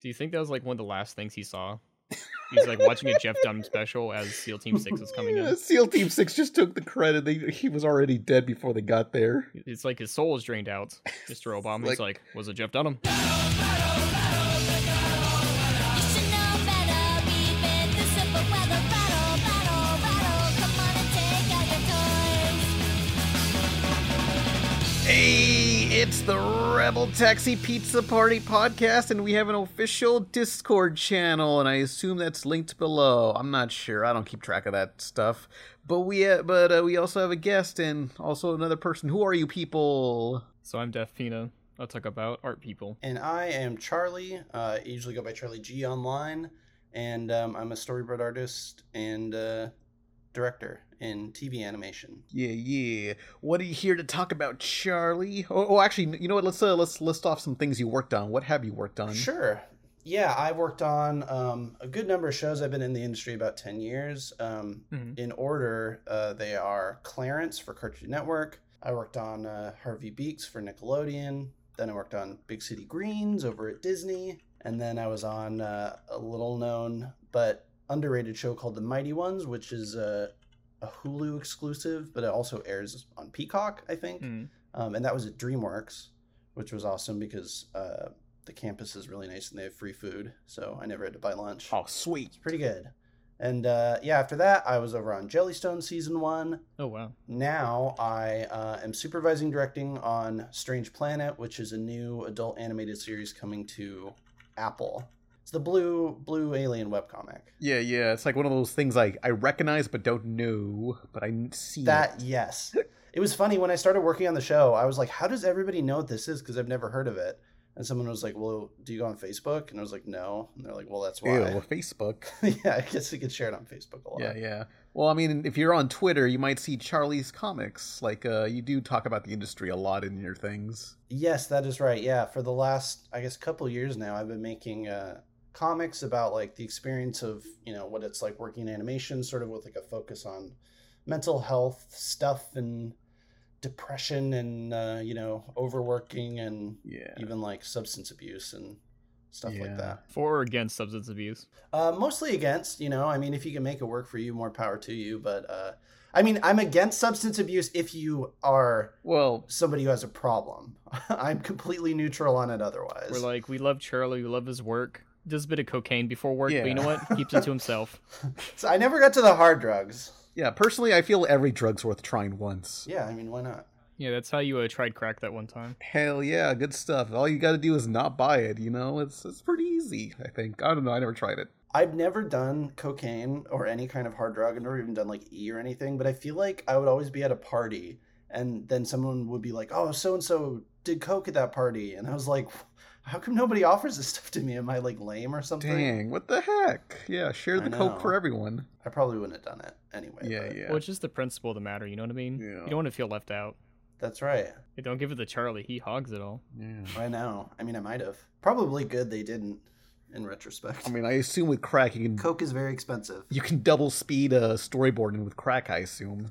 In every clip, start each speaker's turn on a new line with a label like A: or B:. A: Do you think that was like one of the last things he saw? He's like watching a Jeff Dunham special as SEAL Team Six is coming
B: Yeah,
A: in.
B: SEAL Team Six just took the credit. They, he was already dead before they got there.
A: It's like his soul is drained out. Mr. Obama. He's like, was it Jeff Dunham?
C: You should know better. We've been through simple weather. Rattle, rattle, rattle. Come on and take out your toys.
B: Hey, it's the Rebel Taxi Pizza Party podcast, and we have an official Discord channel, and I assume that's linked below. I'm not sure; I don't keep track of that stuff. But we, uh, but uh, we also have a guest and also another person. Who are you people?
A: So I'm Def Pina. I talk about art people.
D: And I am Charlie. Uh, I usually go by Charlie G online, and um, I'm a storyboard artist and uh, director in TV animation.
B: Yeah, yeah. What are you here to talk about, Charlie? Oh, oh actually, you know what? Let's uh, let's list off some things you worked on. What have you worked on?
D: Sure. Yeah, I worked on um, a good number of shows. I've been in the industry about 10 years. Um,
A: Mhm.
D: In order, uh, they are Clarence for Cartoon Network. I worked on uh, Harvey Beaks for Nickelodeon. Then I worked on Big City Greens over at Disney. And then I was on uh, a little known but underrated show called The Mighty Ones, which is uh, a Hulu exclusive, but it also airs on Peacock, I think
A: Hmm.
D: um, and that was at DreamWorks, which was awesome because uh, the campus is really nice and they have free food, so I never had to buy lunch.
B: Oh, sweet.
D: It's pretty good. And uh, yeah, after that, I was over on Jellystone season one.
A: Oh wow.
D: Now I uh, am supervising directing on Strange Planet, which is a new adult animated series coming to Apple. It's the blue blue alien webcomic.
B: Yeah, yeah. It's like one of those things like I recognize but don't know, but I see it.
D: That yes. It was funny when I started working on the show. I was like, "How does everybody know what this is?" Because I've never heard of it. And someone was like, "Well, do you go on Facebook?" And I was like, "No." And they're like, "Well, that's
B: Ew,
D: why."
B: Facebook.
D: yeah, I guess we could share it on Facebook a lot.
B: Yeah, yeah. Well, I mean, if you're on Twitter, you might see Charlie's comics. Like, uh, you do talk about the industry a lot in your things.
D: Yes, that is right. Yeah, for the last I guess couple years now, I've been making uh, comics about like the experience of you know what it's like working in animation, sort of with like a focus on mental health stuff and depression and uh, you know overworking and
B: Yeah.
D: even like substance abuse and stuff
B: Yeah.
D: like that.
A: For or against substance abuse?
D: Uh, mostly against, you know, I mean, if you can make it work for you, more power to you. But uh, I mean, I'm against substance abuse if you are
B: Well,
D: somebody who has a problem. I'm completely neutral on it otherwise.
A: We're like, we love Charlie. We love his work. Does a bit of cocaine before work, but you know
D: Yeah.
A: what? Keeps it to himself.
D: so I never got to the hard drugs.
B: yeah. Personally, I feel every drug's worth trying once.
D: Yeah, I mean, why not?
A: Yeah, that's how you uh, tried crack that one time.
B: Hell yeah, good stuff. All you got to do is not buy it. You know, it's it's pretty easy. I think. I don't know. I never tried it.
D: I've never done cocaine or any kind of hard drug. I've never even done like E or anything, but I feel like I would always be at a party and then someone would be like, oh, so and so did coke at that party. And I was like, how come nobody offers this stuff to me? Am I like lame or something?
B: Dang, what the heck? Yeah, share
D: I
B: the coke
D: know.
B: for everyone.
D: I probably wouldn't have done it anyway.
B: Yeah,
D: but
B: yeah.
A: Well, it's just the principle of the matter. You know what I mean?
B: Yeah.
A: You don't want to feel left out.
D: That's right.
A: Hey, don't give it to Charlie. He hogs it all.
B: yeah.
D: I know. I mean, I might have. Probably good they didn't in retrospect.
B: I mean, I assume with crack you can
D: coke is very expensive.
B: you can double speed uh, storyboarding with crack. I assume.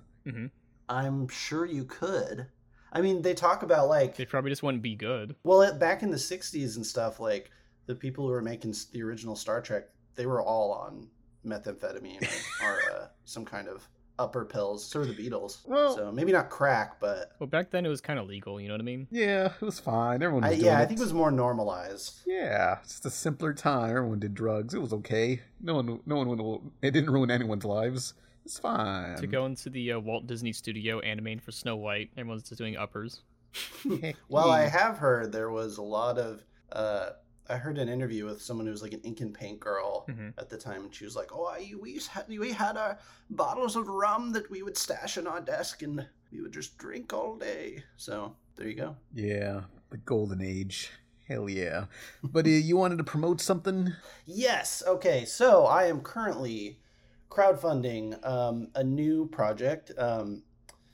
D: I'm sure you could. I mean, they talk about like
A: They probably just wouldn't be good.
D: Well, it- back in the '60s and stuff, like the people who were making s- the original Star Trek, they were all on methamphetamine or, or uh, some kind of upper pills. So were the Beatles.
B: Well-
D: so maybe not crack, but
A: Well, back then it was kind of legal. You know what I mean?
B: Yeah, it was fine. Everyone was
D: I,
B: doing
D: yeah,
B: it.
D: I think it was more normalized.
B: Yeah, it's just a simpler time. Everyone did drugs. It was okay. No one, no one, went- it didn't ruin anyone's lives. It's fine.
A: to go into the uh, Walt Disney Studio anime for Snow White, everyone's just doing uppers.
D: Well, I have heard there was a lot of. Uh, I heard an interview with someone who was like an ink and paint girl
A: Mhm.
D: at the time, and she was like, "Oh, I, we used had, we had our bottles of rum that we would stash in our desk, and we would just drink all day." So there you go.
B: yeah, the golden age. Hell yeah. But uh, you wanted to promote something?
D: Yes. Okay. So I am currently crowdfunding um, a new project. Um,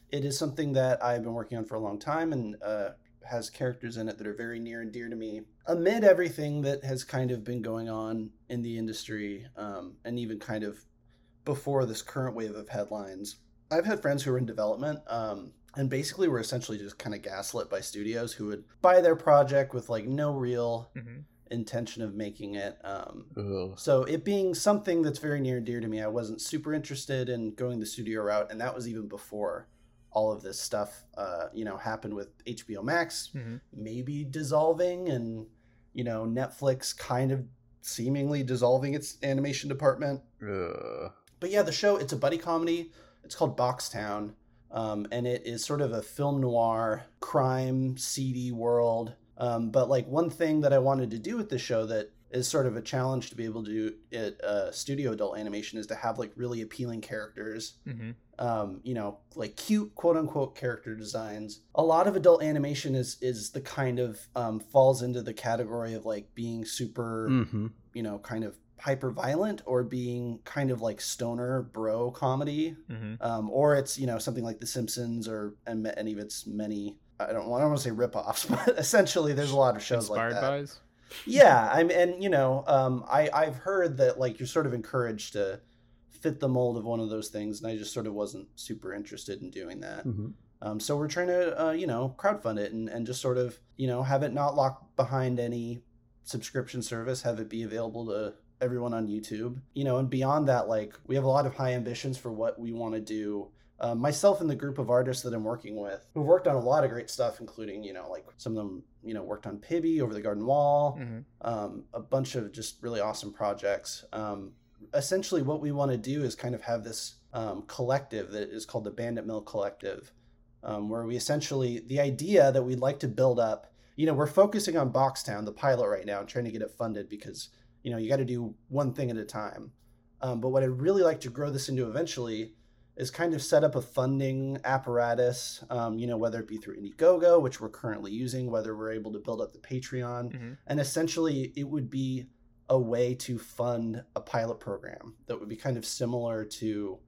D: it is something that I've been working on for a long time and uh, has characters in it that are very near and dear to me. Amid everything that has kind of been going on in the industry um, and even kind of before this current wave of headlines, I've had friends who were in development um, and basically were essentially just kind of gaslit by studios who would buy their project with like no real
A: Mm-hmm.
D: intention of making it. Um,
B: Ugh.
D: so it being something that's very near and dear to me, I wasn't super interested in going the studio route, and that was even before all of this stuff, uh, you know, happened with HBO Max
A: Mhm.
D: maybe dissolving, and you know, Netflix kind of seemingly dissolving its animation department.
B: Ugh.
D: But yeah, the show it's a buddy comedy. It's called Boxtown, um, and it is sort of a film noir crime seedy world. Um, but like one thing that I wanted to do with the show that is sort of a challenge to be able to do at uh, studio adult animation is to have like really appealing characters
A: hmm
D: um, you know, like cute quote unquote character designs. A lot of adult animation is is the kind of um, falls into the category of like being super,
B: Mm-hmm.
D: you know, kind of hyper violent or being kind of like stoner bro comedy,
A: hmm
D: um, or it's you know something like The Simpsons or and any of its many. I don't, want- I don't want to say ripoffs, but essentially there's a lot of shows
A: Inspired
D: like that
A: buys.
D: yeah i'm and you know um i i've heard that like you're sort of encouraged to fit the mold of one of those things and i just sort of wasn't super interested in doing that
B: Mm-hmm.
D: um so we're trying to uh you know crowdfund it and, and just sort of you know have it not locked behind any subscription service have it be available to everyone on youtube you know and beyond that like we have a lot of high ambitions for what we want to do um, myself and the group of artists that I'm working with, who worked on a lot of great stuff, including, you know, like some of them, you know, worked on Pibby, Over the Garden Wall,
A: hmm
D: um, a bunch of just really awesome projects. Um, essentially, what we want to do is kind of have this um, collective that is called the Bandit Mill Collective, um, where we essentially the idea that we'd like to build up. You know, we're focusing on Boxtown, the pilot right now, and trying to get it funded because you know you got to do one thing at a time. Um, but what I'd really like to grow this into eventually is kind of set up a funding apparatus. Um, you know, whether it be through Indiegogo, which we're currently using, whether we're able to build up the Patreon,
A: hmm
D: and essentially it would be a way to fund a pilot program that would be kind of similar to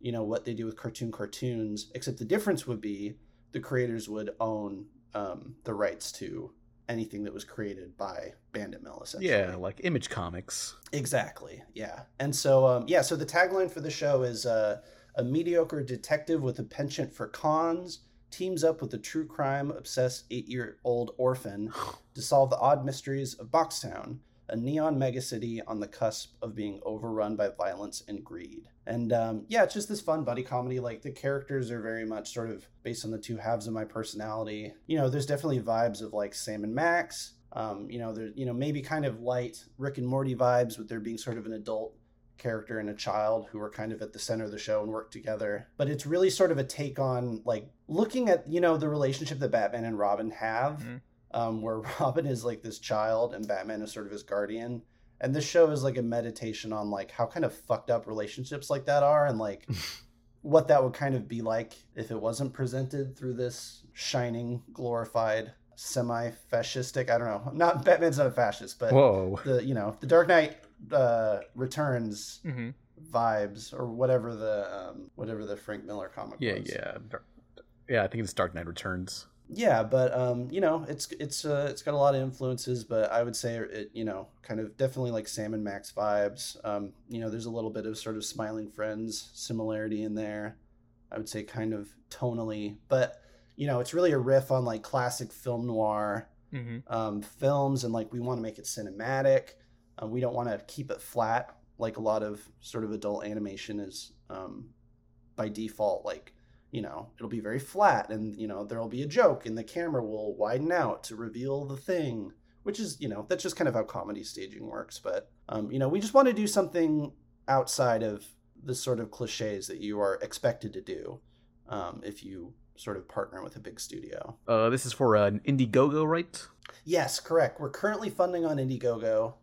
D: you know what they do with cartoon cartoons except the difference would be the creators would own um, the rights to anything that was created by bandit mill essentially
B: Yeah, like Image Comics.
D: Exactly. Yeah. And so, um, yeah. So the tagline for the show is uh, a mediocre detective with a penchant for cons teams up with a true crime obsessed eight year old orphan to solve the odd mysteries of Boxtown, a neon megacity on the cusp of being overrun by violence and greed. And um, yeah, it's just this fun buddy comedy. Like the characters are very much sort of based on the two halves of my personality. You know, there's definitely vibes of like Sam and Max. Um, you know, there you know maybe kind of light Rick and Morty vibes with there being sort of an adult character and a child who are kind of at the center of the show and work together. But it's really sort of a take on like looking at you know the relationship that Batman and Robin have,
A: Mhm.
D: um, where Robin is like this child and Batman is sort of his guardian. And this show is like a meditation on like how kind of fucked up relationships like that are and like what that would kind of be like if it wasn't presented through this shining, glorified, semi-fascistic. I don't know. Not Batman's not a fascist, but
B: Whoa.
D: the you know the Dark Knight uh, Returns
A: hmm
D: vibes or whatever the um, whatever the Frank Miller comic.
B: Yeah,
D: was.
B: yeah. Dar- Yeah, I think it's Dark Knight Returns.
D: yeah. But um, you know, it's it's uh, it's got a lot of influences, but I would say it you know kind of definitely like Sam and Max vibes. Um, you know, there's a little bit of sort of Smiling Friends similarity in there. I would say kind of tonally, but you know, it's really a riff on like classic film noir.
A: hmm
D: um, films and like we want to make it cinematic. Uh, we don't want to keep it flat like a lot of sort of adult animation is um, by default. Like you know, it'll be very flat, and you know there'll be a joke, and the camera will widen out to reveal the thing, which is you know that's just kind of how comedy staging works. But um, you know, we just want to do something outside of the sort of cliches that you are expected to do um, if you sort of partner with a big studio.
B: Uh, this is for uh, an Indiegogo, right?
D: Yes, correct. We're currently funding on Indiegogo.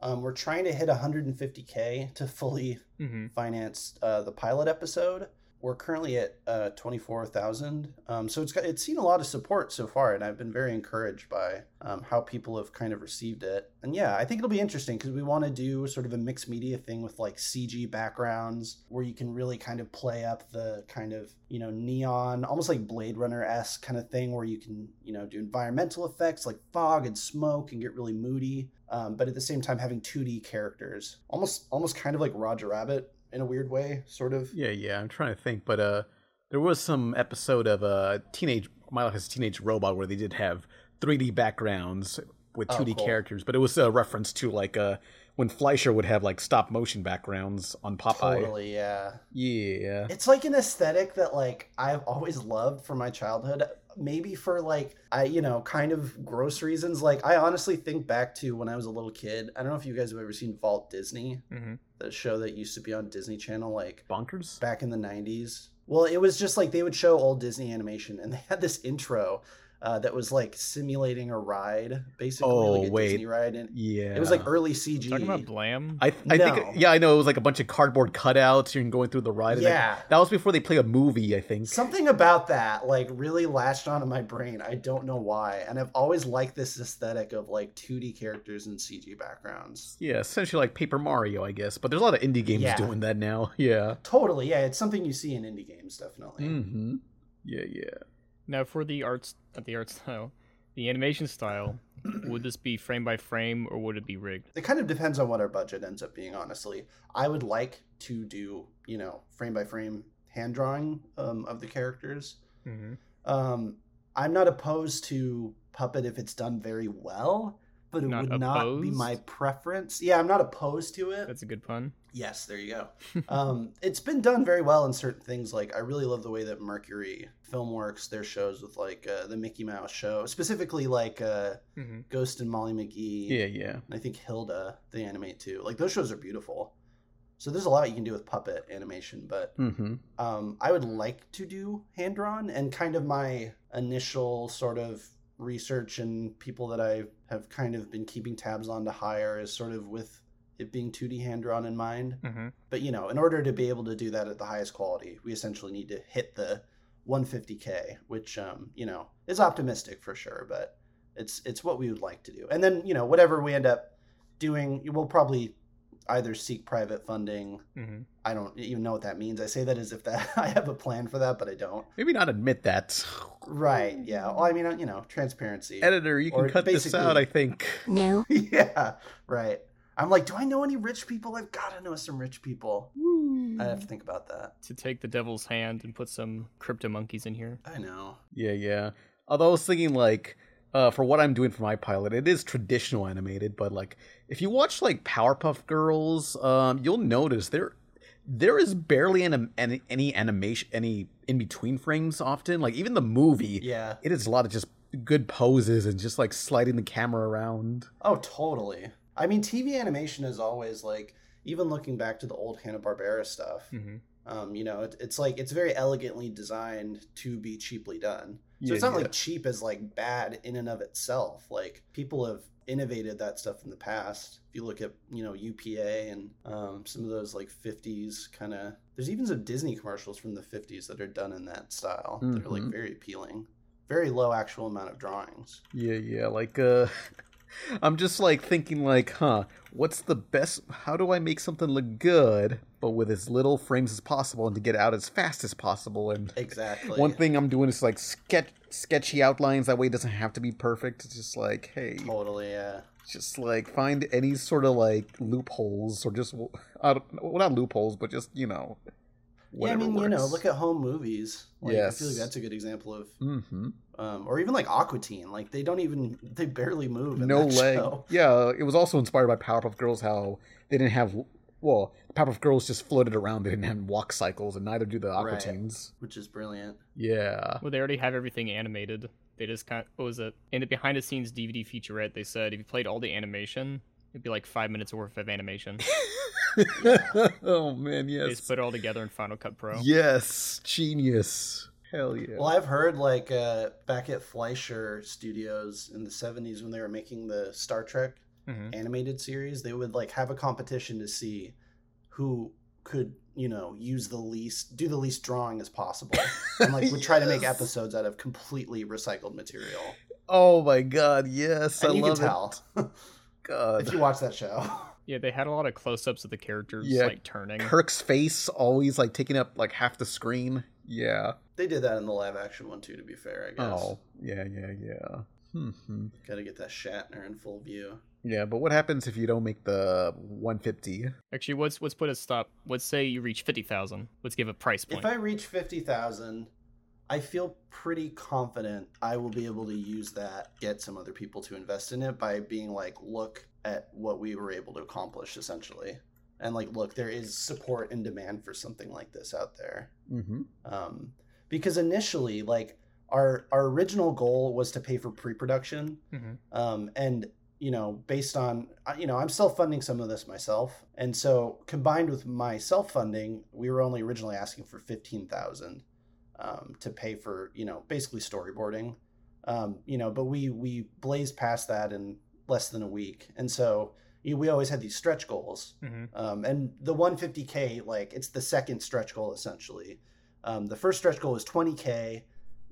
D: Um, we're trying to hit 150k to fully
A: hmm
D: finance uh, the pilot episode. We're currently at uh, 24,000. Um, so it's got, it's seen a lot of support so far, and I've been very encouraged by um, how people have kind of received it. And yeah, I think it'll be interesting because we want to do sort of a mixed media thing with like CG backgrounds where you can really kind of play up the kind of, you know, neon, almost like Blade Runner esque kind of thing where you can, you know, do environmental effects like fog and smoke and get really moody. Um, but at the same time, having 2D characters, almost, almost kind of like Roger Rabbit in a weird way, sort of.
B: Yeah, yeah. I'm trying to think, but uh, there was some episode of uh, teenage My Life as a Teenage Robot where they did have 3D backgrounds with
D: Oh,
B: 2D
D: cool.
B: characters, but it was a reference to like uh, when Fleischer would have like stop motion backgrounds on Popeye.
D: Totally, yeah.
B: Yeah.
D: It's like an aesthetic that like I've always loved from my childhood. Maybe for like I you know kind of gross reasons. Like I honestly think back to when I was a little kid. I don't know if you guys have ever seen Walt Disney,
B: Mm-hmm.
A: hmm
D: the show that used to be on Disney Channel. Like
B: Bonkers?
D: back in the 90s. Well, it was just like they would show old Disney animation and they had this intro uh, that was like simulating a ride, basically
B: Oh,
D: like a
B: wait.
D: Disney ride. And
B: Yeah.
D: it was like early CG.
A: Talking about Blam.
B: I, I
D: No.
B: think yeah, I know it was like a bunch of cardboard cutouts and going through the ride. and that-
D: yeah.
B: That, was before they play a movie, I think.
D: Something about that like really latched onto my brain. I don't know why. And I've always liked this aesthetic of like 2D characters and CG backgrounds.
B: yeah, essentially like Paper Mario, I guess. But there's a lot of indie games
D: Yeah.
B: doing that now. Yeah.
D: Totally. Yeah, it's something you see in indie games, definitely.
A: Hmm.
B: Mm-hmm. Yeah, yeah.
A: now for the arts, not the art style, the animation style. would this be frame by frame or would it be rigged?
D: It kind of depends on what our budget ends up being, honestly. I would like to do, you know, frame by frame hand drawing um, of the characters.
A: Mm-hmm.
D: Um, I'm not opposed to puppet if it's done very well, but it
A: Not
D: would not be my
A: opposed?
D: preference. Yeah, I'm not opposed to it.
A: That's a good pun.
D: Yes, there you go. um, it's been done very well in certain things. Like I really love the way that Mercury Film works their shows with like uh, the Mickey Mouse show, specifically like uh,
A: Mm-hmm.
D: Ghost and Molly McGee.
B: Yeah, yeah.
D: And I think Hilda they animate too. Like those shows are beautiful. So there's a lot you can do with puppet animation, but
B: Mm-hmm.
D: um, I would like to do hand drawn and kind of my initial sort of research and people that I have kind of been keeping tabs on to hire is sort of with it being 2D hand drawn in mind.
A: Mm-hmm.
D: But you know, in order to be able to do that at the highest quality, we essentially need to hit the 150k, which um, you know is optimistic for sure, but it's it's what we would like to do. And then you know, whatever we end up doing, we'll probably either seek private funding.
A: Mm-hmm.
D: I don't even know what that means. I say that as if that I have a plan for that, but I don't.
B: Maybe not admit that.
D: Right? Yeah. Well, I mean, uh, you know, transparency.
B: Editor, you can
D: Or
B: cut this
D: basically-
B: out, I think.
C: No.
D: yeah. Right. I'm like, do I know any rich people? I've got to know some rich people. I have to think about that.
A: To take the devil's hand and put some crypto monkeys in here.
D: I know.
B: Yeah, yeah. Although I was thinking like uh, for what I'm doing for my pilot, it is traditional animated, but like if you watch like Powerpuff Girls, um, you'll notice there there is barely an, an, any animation, any in between frames. Often, like even the movie,
D: Yeah.
B: it is a lot of just good poses and just like sliding the camera around.
D: Oh, totally. I mean, TV animation is always like, even looking back to the old Hanna Barbera stuff.
B: Hmm.
A: Mm-hmm.
D: Um, you know, it, it's like it's very elegantly designed to be cheaply done. So
B: Yeah,
D: it's not
B: yeah.
D: like cheap is like bad in and of itself. Like people have innovated that stuff in the past. If you look at you know UPA and um, some of those like '50s kind of, there's even some Disney commercials from the '50s that are done in that style. They're like
B: Mhm.
D: very appealing. Very low actual amount of drawings.
B: Yeah, yeah. Like, uh, I'm just like thinking, like, huh, what's the best? How do I make something look good, but with as little frames as possible, and to get out as fast as possible? And
D: Exactly.
B: one thing I'm doing is like sketch sketchy outlines. That way, it doesn't have to be perfect. It's just like, hey,
D: Totally. Yeah.
B: just like find any sort of like loopholes or just I don't, well, not loopholes, but just you know,
D: Yeah, I
B: whatever
D: mean, you know,
B: works.
D: look at home movies. Like, I feel like
B: Yes.
D: that's a good example of,
B: Mm-hmm.
D: um, or even like Aquatine. Like they don't even, they barely move. In
B: no
D: that
B: leg.
D: show.
B: Yeah, it was also inspired by Powerpuff Girls. How they didn't have well, Powerpuff Girls just floated around. They didn't have walk cycles, and neither do the Aqua
D: Right.
B: Teens.
D: which is brilliant.
B: Yeah,
A: Well, they already have everything animated. They just kind of, what was it? In the behind the scenes DVD featurette, they said if you played all the animation, it'd be like five minutes worth of animation.
B: oh man,
A: They just
B: yes,
A: put it all together in Final Cut Pro.
B: yes, genius. Hell yeah.
D: Well, I've heard like uh, back at Fleischer Studios in the '70s when they were making the Star Trek
A: Mhm.
B: Mm-hmm.
D: animated series, they would like have a competition to see who could you know use the least do the least drawing as possible and like would try to make
B: Yes.
D: episodes out of completely recycled material
B: Oh my god, yes,
D: and
B: I
D: you
B: love
D: can tell
B: it. God.
D: if you watch that show
A: Yeah, they had a lot of close ups of the characters
B: Yeah.
A: like turning.
B: Kirk's face always like taking up like half the screen. Yeah.
D: They did that in the live action one too. To be fair, I guess.
B: Oh, yeah, yeah, yeah. hmm
D: Got to get that Shatner in full view.
B: Yeah, but what happens if you don't make the 150?
A: Actually, let's let's put a stop. Let's say you reach fifty thousand. Let's give a price point.
D: If I reach fifty thousand, I feel pretty confident I will be able to use that, get some other people to invest in it by being like, look at what we were able to accomplish essentially. And like, look, there is support and demand for something like this out there.
B: Mm-hmm.
D: Um, because initially, like, our, our original goal was to pay for pre production
A: Mhm.
D: um, and you know based on I- you know i'm self funding some of this myself and so combined with my self funding we were only originally asking for 15000 um, to pay for you know basically storyboarding um, you know but we we blazed past that in less than a week and so you, we always had these stretch goals
A: Mhm.
D: um, and the 150k like it's the second stretch goal essentially um, the first stretch goal is 20k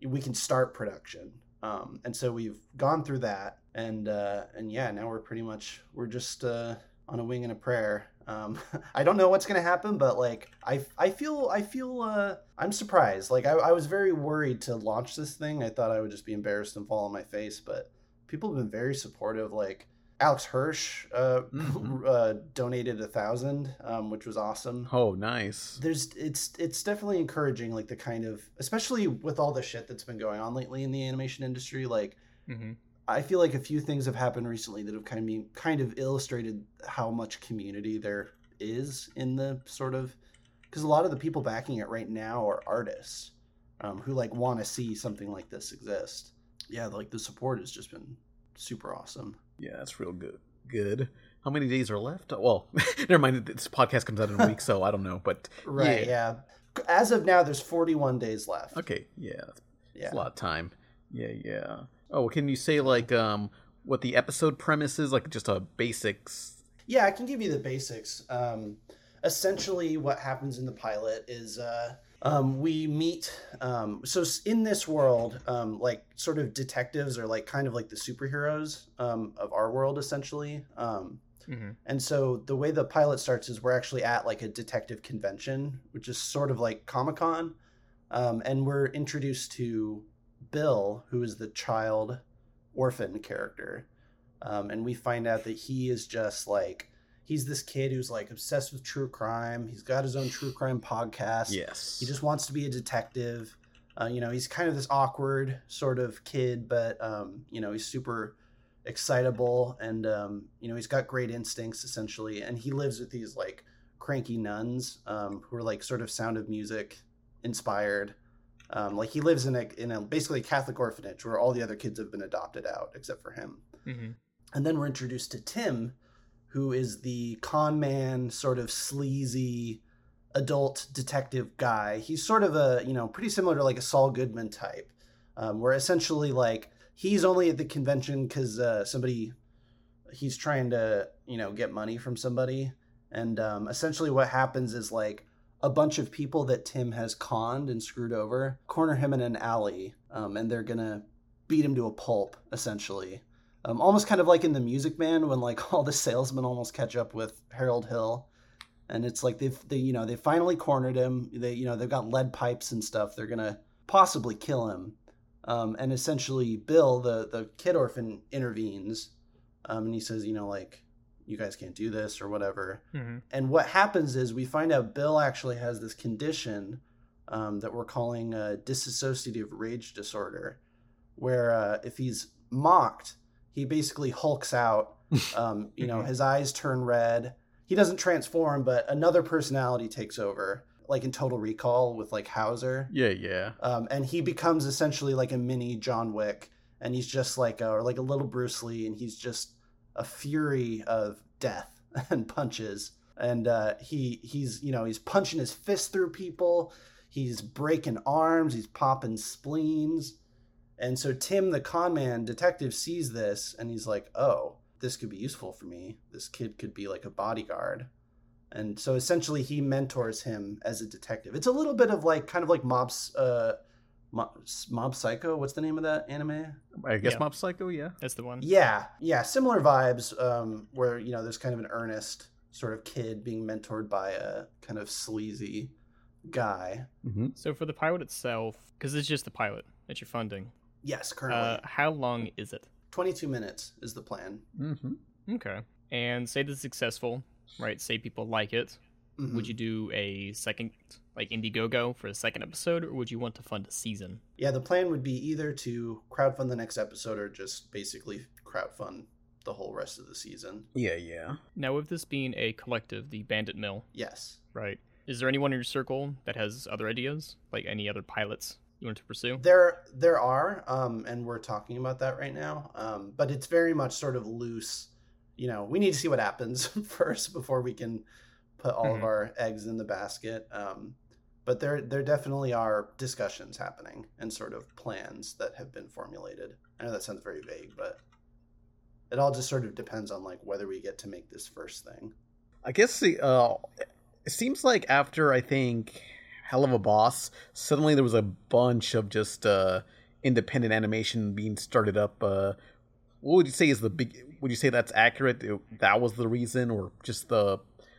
D: we can start production um, and so we've gone through that and uh, and yeah now we're pretty much we're just uh, on a wing and a prayer um, i don't know what's gonna happen but like i i feel i feel uh, i'm surprised like I, I was very worried to launch this thing i thought i would just be embarrassed and fall on my face but people have been very supportive like alex hirsch uh,
B: Mhm.
D: uh, donated a thousand um, which was awesome
B: Oh, nice.
D: there's it's it's definitely encouraging like the kind of especially with all the shit that's been going on lately in the animation industry like
A: Mhm.
D: i feel like a few things have happened recently that have kind of been, kind of illustrated how much community there is in the sort of because a lot of the people backing it right now are artists um, who like want to see something like this exist yeah like the support has just been super awesome
B: Yeah, that's real good. Good. How many days are left? Oh, Well, never mind. This podcast comes out in a week, so I don't know. But
D: right yeah, as of now there's 41 days left
B: okay, yeah, that's
D: yeah
B: a lot of time. Yeah, yeah. Oh, can you say like um what the episode premise is? Like just a basics.
D: Yeah, I can give you the basics. Um, essentially, what happens in the pilot is uh, um, we meet. Um, so s- in this world, um, like sort of detectives are like kind of like the superheroes um, of our world, essentially. Um,
A: Mhm.
D: and so the way the pilot starts is we're actually at like a detective convention, which is sort of like Comic Con, um, and we're introduced to Bill, who is the child orphan character, um, and we find out that he is just like he's this kid who's like obsessed with true crime. He's got his own true crime podcast.
B: Yes.
D: He just wants to be a detective. Uh, you know, he's kind of this awkward sort of kid, but um, you know, he's super excitable, and um, you know, he's got great instincts essentially. And he lives with these like cranky nuns um, who are like sort of Sound of Music inspired. Um, like he lives in a in a basically Catholic orphanage where all the other kids have been adopted out except for him.
A: Mhm.
D: And then we're introduced to Tim, who is the con man, sort of sleazy adult detective guy. He's sort of a, you know, pretty similar to like a Saul Goodman type, um, where essentially like he's only at the convention because uh, somebody, he's trying to, you know, get money from somebody. And um, essentially what happens is like, a bunch of people that Tim has conned and screwed over corner him in an alley, um, and they're gonna beat him to a pulp, essentially um, almost kind of like in the Music Man when like all the salesmen almost catch up with Harold Hill, and it's like they've they you know they finally cornered him. They you know they've got lead pipes and stuff. They're gonna possibly kill him, um, and essentially Bill the the kid orphan intervenes, um, and he says you know like you guys can't do this or whatever.
A: Mhm.
D: And what happens is we find out Bill actually has this condition um, that we're calling uh, dissociative rage disorder, where uh, if he's mocked, he basically hulks out. Um, you know,
A: Mhm.
D: his eyes turn red. He doesn't transform, but another personality takes over, like in Total Recall with like Hauser
B: Yeah, yeah.
D: um, and he becomes essentially like a mini John Wick, and he's just like a, or like a little Bruce Lee, and he's just a fury of death and punches, and uh, he he's you know he's punching his fist through people, he's breaking arms, he's popping spleens, and so Tim the con man detective sees this, and he's like, oh, this could be useful for me. This kid could be like a bodyguard. And so essentially, he mentors him as a detective. It's a little bit of like, kind of like Mob's, uh, Mob, Mob Psycho. What's the name of that anime?
A: Hmm.
B: I guess
A: Yeah.
B: Mob Psycho. Yeah.
A: That's the one.
D: Yeah, yeah, similar vibes. Um, where you know there's kind of an earnest sort of kid being mentored by a kind of sleazy guy.
B: Mm-hmm.
A: So for the pilot itself, because it's just the pilot that you're funding,
D: Yes, currently
A: uh, how long is it?
D: 22 minutes is the plan.
B: Mm-hmm.
A: Okay. And say this is successful, right? Say people like it.
D: Mhm.
A: Would you do a second, like Indiegogo for a second episode, or would you want to fund a season?
D: Yeah, the plan would be either to crowdfund the next episode or just basically crowdfund the whole rest of the season.
B: Yeah, yeah.
A: Now, with this being a collective, the Bandit Mill,
D: Yes.
A: right? Is there anyone in your circle that has other ideas, like any other pilots you want to pursue?
D: There there are um and we're talking about that right now. Um but it's very much sort of loose. You know, we need to see what happens first before we can put all of
A: Mhm.
D: our eggs in the basket. Um but there there definitely are discussions happening and sort of plans that have been formulated. I know that sounds very vague, but it all just sort of depends on like whether we get to make this first thing.
B: I guess the uh, it seems like after I think Hell of a Boss, suddenly there was a bunch of just uh, independent animation being started up. Uh, what would you say is the big? Would you say that's accurate? It- that was the reason, or just the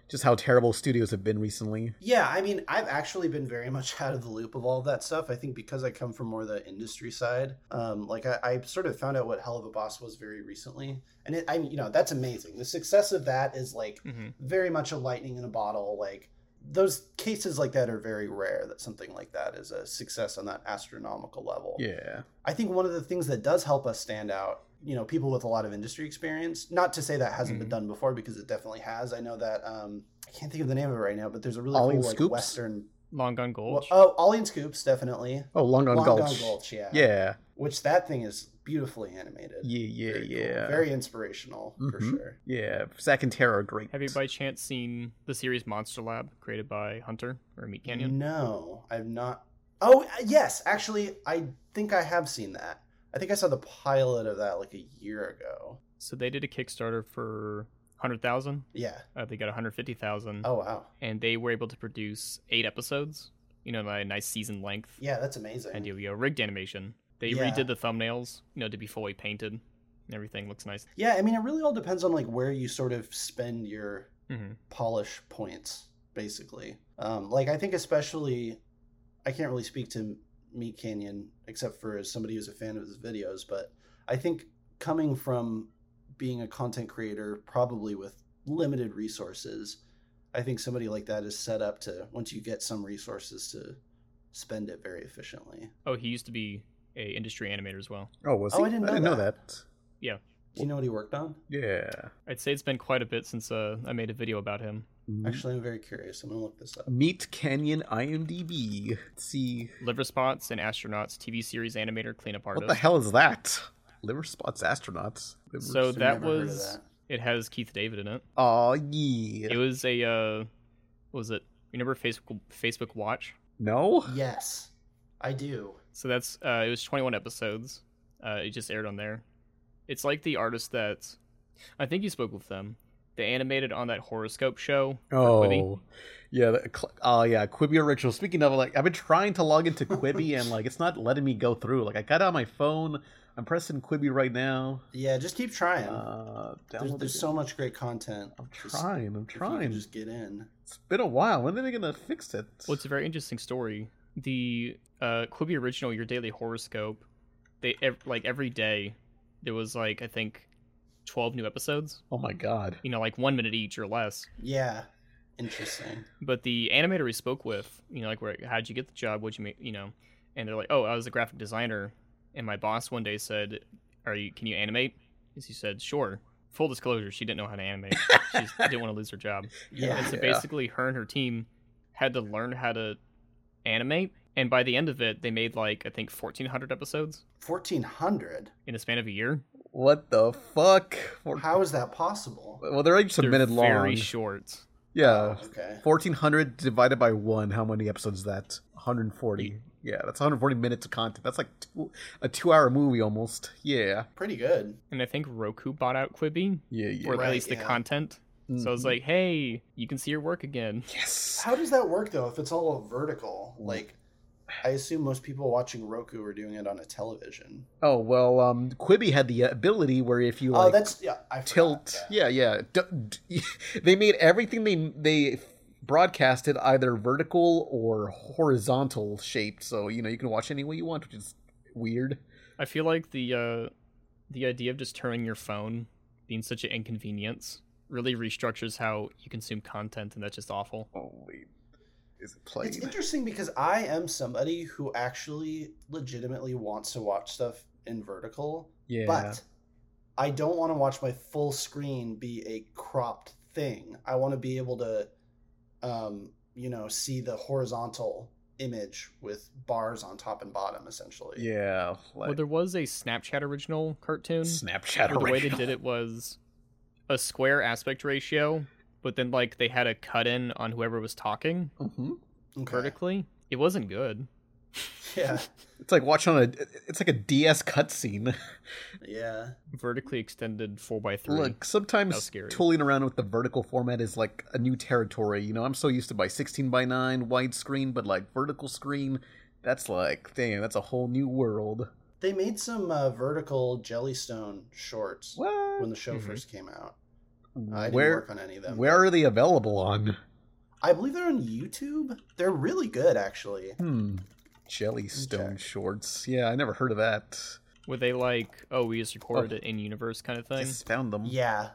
B: just how terrible studios have been recently?
D: Yeah, I mean, I've actually been very much out of the loop of all of that stuff. I think because I come from more the industry side, um, like I, I sort of found out what Hell of a Boss was very recently, and it, I, you know, that's amazing. The success of that is like
A: Mm-hmm.
D: very much a lightning in a bottle. Like those cases like that are very rare. That something like that is a success on that astronomical level.
B: Yeah,
D: I think one of the things that does help us stand out, you know, people with a lot of industry experience. Not to say that hasn't
B: Mm-hmm.
D: been
A: Mhm.
D: done before, because it definitely has. I know that um, I can't think of the name of it right now, but there's a really
B: Ollie
D: cool
B: and
D: like
B: Scoops?
D: Western.
A: Long Gone
D: Well,
A: Gulch.
D: oh, Ollie and Scoops, definitely.
B: Oh, Long Gone
D: Long
B: Gulch.
D: Gone Gulch, yeah.
B: Yeah,
D: Which that thing is beautifully animated.
B: yeah, yeah,
D: Very cool.
B: yeah.
D: Very inspirational for
B: Mhm.
D: sure.
B: Yeah, Zack and Tara are great.
A: Have you by chance seen the series Monster Lab created by Hunter or Meat Canyon?
D: Mm. No, I've not. Oh yes, actually, I think I have seen that. I think I saw the pilot of that like a year ago.
A: So they did a Kickstarter for 100,000.
D: Yeah.
A: Uh, they got 150,000
D: Oh wow.
A: and they were able to produce 8 episodes, you know, a nice season length.
D: Yeah, that's amazing.
A: And you know, rigged animation. They
D: Yeah.
A: redid the thumbnails, you know, to be fully painted and everything looks nice.
D: Yeah, I mean, it really all depends on like where you sort of spend your
A: Mm-hmm.
D: polish points, basically. Um, like I think especially, I can't really speak to Meat Canyon except for as somebody who's a fan of his videos, but I think coming from being a content creator, probably with limited resources, I think somebody like that is set up to once you get some resources to spend it very efficiently.
A: Oh, he used to be a industry animator as well.
B: Oh, was
D: Oh,
B: he?
D: I didn't know
B: that.
D: Do you know what he worked
A: Mm-hmm.
D: on?
B: Yeah,
A: I'd say it's been quite a bit since uh, I made a video about him.
D: Actually, I'm very curious. I'm gonna look this
A: Mm-hmm.
D: up.
B: Meet Canyon IMDb. Let's see.
A: Liver Spots and Astronauts TV series animator cleanup artist.
B: What the hell is that? Liver spots astronauts. Liver
A: So
B: Spots-
A: that
D: Never heard of
A: was- It has Keith David in it.
B: Aw, yeah.
A: It was a uh, what was it? Remember Facebook Facebook Watch?
B: No.
D: Yes, I do.
A: So that's uh, it was 21 episodes. Uh, it just aired on there. It's like the artist that I think you spoke with them. They animated on that horoscope show. for Quibi.
B: Oh, yeah. the cl- Oh, yeah. Quibi original. Speaking of, like, I've been trying to log into Quibi and like, it's not letting me go through. Like, I got it on my phone. I'm pressing Quibi right now.
D: Yeah, just keep trying.
B: Uh,
D: there's,
B: download
D: there's
B: it.
D: so much great content.
B: I'm
D: Just-
B: trying. I'm
D: if you can
B: trying.
D: Just get in.
B: It's been a while. When are they gonna fix it?
A: Well, it's a very interesting story. The uh, Quibi original, your daily horoscope. They ev- like every day. There was like I think 12 new episodes.
B: oh my god.
A: You know, like one minute each or less.
D: Yeah, interesting.
A: But the animator we spoke with, you know, like, where how'd you get the job? What'd you make? You know, and they're like, oh, I was a graphic designer, and my boss one day said, "Are you? Can you animate?" And she said, "Sure." Full disclosure, she didn't know how to animate. she just didn't want to lose her job.
D: Yeah,
A: And so
B: Yeah.
A: basically, her and her team had to learn how to animate, and by the end of it, they made like I think fourteen hundred episodes
D: fourteen hundred.
A: in a span of a year.
B: What the fuck?
D: How is that possible?
B: Well, they're each a
A: They're
B: minute
A: very
B: long.
A: short.
B: yeah.
D: Okay.
B: 1400 divided by 1 how many episodes is that 140 yeah that's 140 minutes of content that's like two, a two hour movie almost yeah
D: Pretty good.
A: And I think Roku bought out Quibi,
B: yeah Mm-hmm. yeah
A: or
D: Right,
A: at least
D: yeah.
A: the content. So I was like, hey, you can see your work again.
B: yes
D: How does that work though? If it's all vertical, like I assume most people watching Roku are doing it on a television.
B: oh well um quibi had the ability where if you
D: oh,
B: like
D: that's yeah. I forgot
B: tilt
D: that.
B: yeah yeah D- d- they made everything they they broadcasted either vertical or horizontal shaped so you know you can watch any way you want which is weird
A: I feel like the uh, the idea of just turning your phone being such an inconvenience really restructures how you consume content, and that's just awful.
B: Holy, is it
D: It's
B: played?
D: interesting because I am somebody who actually legitimately wants to watch stuff in vertical,
B: Yeah.
D: but I don't want to watch my full screen be a cropped thing. I want to be able to, um, you know, see the horizontal image with bars on top and bottom, essentially.
B: yeah. Like
A: well, there was a Snapchat original cartoon.
B: Snapchat.
A: where the way they
B: original.
A: did it was a square aspect ratio, but then like they had a cut in on whoever was talking
B: Mhm.
D: Okay.
A: vertically. It wasn't good.
D: Yeah.
B: It's like watching a. It's like a DS cutscene.
D: Yeah.
A: Vertically extended four by three.
B: Look,
A: How
B: sometimes
A: scary.
B: tooling around with the vertical format is like a new territory. You know, I'm so used to by 16 by 9 widescreen, but like vertical screen, that's like, damn, that's a whole new world.
D: They made some uh, vertical Jellystone shorts when
B: What?
D: the show
A: Mhm.
D: first came out. I didn't
B: Where?
D: work on any of them.
B: Where are they available on?
D: I believe they're on YouTube. They're really good, actually.
B: Hmm. Jellystone
D: check.
B: shorts. Yeah, I never heard of that.
A: Were they like, oh, we just recorded it in universe kind of
B: I
A: thing?
B: just found them.
D: Yeah.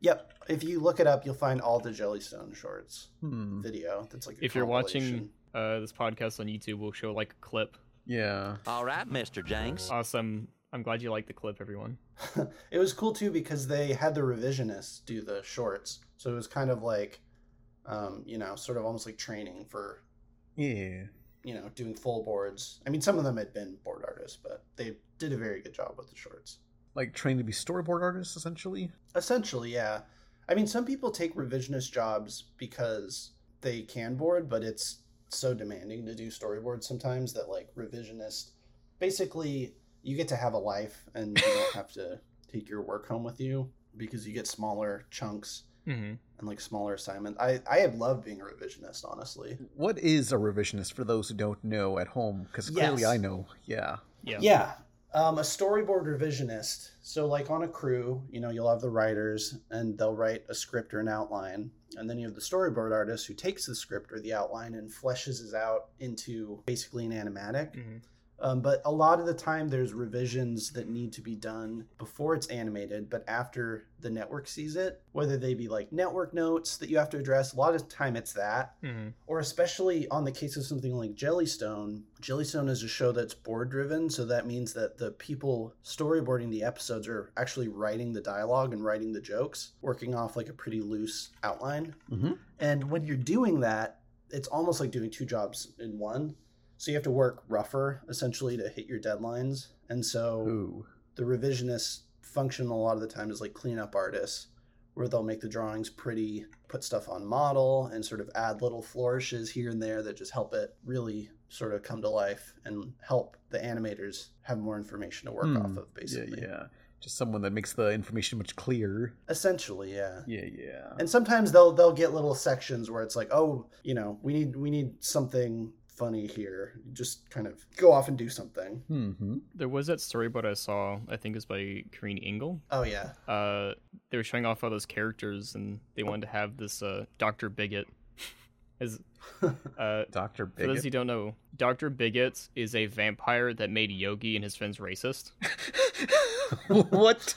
D: Yep. If you look it up, you'll find all the Jellystone shorts
B: Hmm.
D: video. That's like a
A: Mm. If you're watching
D: compilation.
A: uh, this podcast on YouTube, we'll show like a clip.
B: Yeah.
E: All right, Mr. Jenks.
A: Awesome. I'm glad you liked the clip, everyone.
D: it was cool too because they had the revisionists do the shorts, so it was kind of like, um, you know, sort of almost like training for
B: Yeah.
D: you know doing full boards. I mean, some of them had been board artists, but they did a very good job with the shorts.
B: Like trained to be storyboard artists, essentially.
D: Essentially, yeah. I mean, some people take revisionist jobs because they can board, but it's so demanding to do storyboards sometimes that like revisionist basically you get to have a life and you don't have to take your work home with you because you get smaller chunks
A: Mm-hmm.
D: and like smaller assignments. I I have loved being a revisionist, honestly.
B: What is a revisionist for those who don't know at home? Because clearly
D: Yes.
B: I know. Yeah.
A: Yeah.
D: Yeah. Um, a storyboard revisionist. So, like on a crew, you know, you'll have the writers and they'll write a script or an outline. And then you have the storyboard artist who takes the script or the outline and fleshes it out into basically an animatic.
A: hmm
D: Um, but a lot of the time, there's revisions that need to be done before it's animated, but after the network sees it, whether they be like network notes that you have to address. A lot of time, it's that
A: hmm
D: or especially on the case of something like Jellystone, Jellystone is a show that's board driven, so that means that the people storyboarding the episodes are actually writing the dialogue and writing the jokes, working off like a pretty loose outline.
B: Mhm.
D: And when you're doing that, it's almost like doing two jobs in one. So you have to work rougher essentially to hit your deadlines. And so
B: Ooh.
D: the revisionists function a lot of the time as like cleanup artists where they'll make the drawings pretty put stuff on model and sort of add little flourishes here and there that just help it really sort of come to life and help the animators have more information to work
B: Hmm.
D: off of basically
B: Yeah, yeah. Just someone that makes the information much clearer.
D: essentially yeah
B: Yeah, yeah.
D: and sometimes they'll they'll get little sections where it's like oh you know we need we need something funny here just kind of go off and do something
B: hmm
A: There was that storyboard I saw, I think it's by Kareen Engel.
D: oh yeah
A: uh, they were showing off all those characters, and they wanted to have this uh, Doctor Bigot. As uh,
B: Doctor
A: for those who
B: Bigot.
A: don't know, Doctor Bigot is a vampire that made Yogi and his friends racist.
B: what?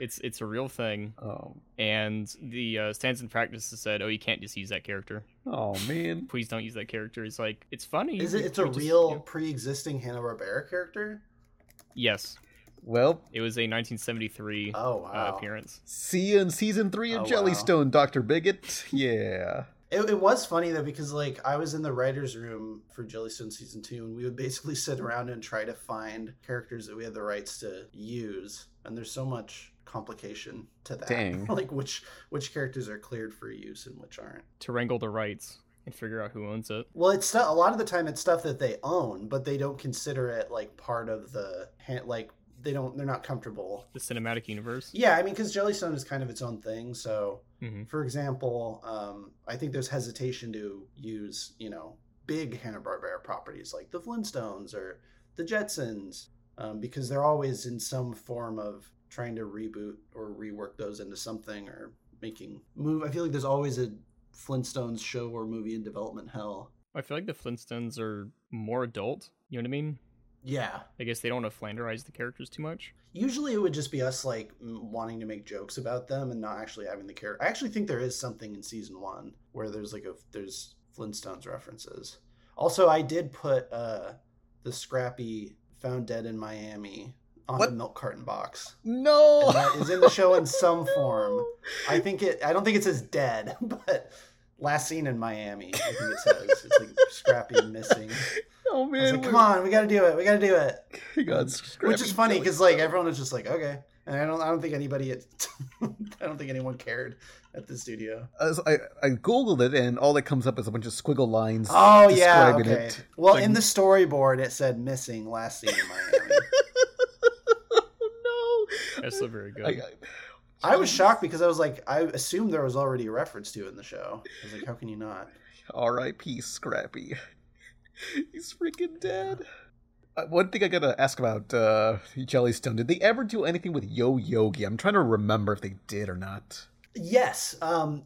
A: It's it's a real thing,
B: Oh,
A: and the uh, stands and practices said, "Oh, you can't just use that character.
B: oh man.
A: Please don't use that character." It's like it's funny.
D: is it
A: We-
D: it's a
A: we just-
D: real
A: you know-
D: pre-existing hanna-barbera character
A: Yes,
B: Well,
A: it was a 1973
D: oh
A: uh,
D: wow
A: appearance.
B: see you in season three of
D: Oh, wow.
B: Jellystone, Doctor Bigot. Yeah.
D: It, it was funny though because like I was in the writers' room for Jellystone season two, and we would basically sit around and try to find characters that we had the rights to use. And there's so much complication to that,
B: Dang.
D: like which which characters are cleared for use and which aren't.
A: To wrangle the rights and figure out who owns it.
D: Well, it's stu- a lot of the time it's stuff that they own, but they don't consider it like part of the han- like they don't they're not comfortable.
A: The cinematic universe.
D: Yeah, I mean because Jellystone is kind of its own thing, so
A: hmm
D: for example, um, I think there's hesitation to use, you know, big Hanna Barbera properties like the Flintstones or the Jetsons, um, because they're always in some form of trying to reboot or rework those into something or making move. I feel like there's always a Flintstones show or movie in development hell.
A: I feel like the Flintstones are more adult. You know what I mean?
D: Yeah.
A: I guess they don't want to flanderize the characters too much.
D: Usually it would just be us like m- wanting to make jokes about them and not actually having the character. I actually think there is something in season one where there's like a there's Flintstones references. Also, I did put uh the Scrappy found dead in Miami on
B: What? Oh.
D: the milk carton box.
B: No,
D: And that is in the show in some form. I think it. I don't think it says dead, but last seen in Miami. I think it says it's like Scrappy missing.
B: Oh
D: I was
B: man,
D: like, come on, we got to do it. We got to do it.
B: we got
D: Which is
B: Scrappy
D: funny
B: Billy.
D: because like everyone was just like, okay, and I don't, I don't think anybody, at, I don't think anyone cared at the studio.
B: As I, I googled it, and all that comes up is a bunch of squiggle lines.
D: Oh yeah,
B: describing
D: okay.
B: it.
D: Well,
B: Like-
D: in the storyboard it said missing last seen in Miami.
B: no,
A: That's not very good.
B: I, I-
D: I was shocked because I was like, I assumed there was already a reference to it in the show. I was like, how can you not?
B: R.I.P. Scrappy. He's freaking dead. Uh, one thing I gotta ask about uh, Jellystone: Did they ever do anything with Yo Yogi? I'm trying to remember if they did or not.
D: Yes. Um,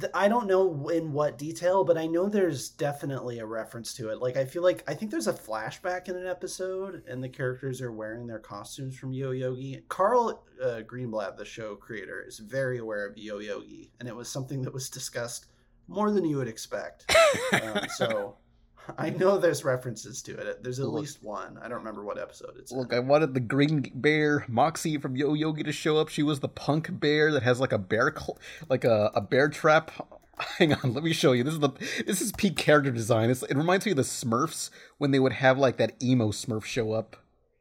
D: th- I don't know in what detail, but I know there's definitely a reference to it. Like, I feel like I think there's a flashback in an episode, and the characters are wearing their costumes from Yo Yogi. Carl uh, Greenblatt, the show creator, is very aware of Yo Yogi, and it was something that was discussed more than you would expect. Um, so. I know there's references to it. There's at
B: Look.
D: least one. I don't remember what episode it's
B: Look,
D: in.
B: I wanted the green bear Moxie from Yo Yogi to show up. She was the punk bear that has like a bear, cl- like a, a bear trap. Hang on, let me show you. This is the this is peak character design. It's, it reminds me of the Smurfs when they would have like that emo Smurf show up.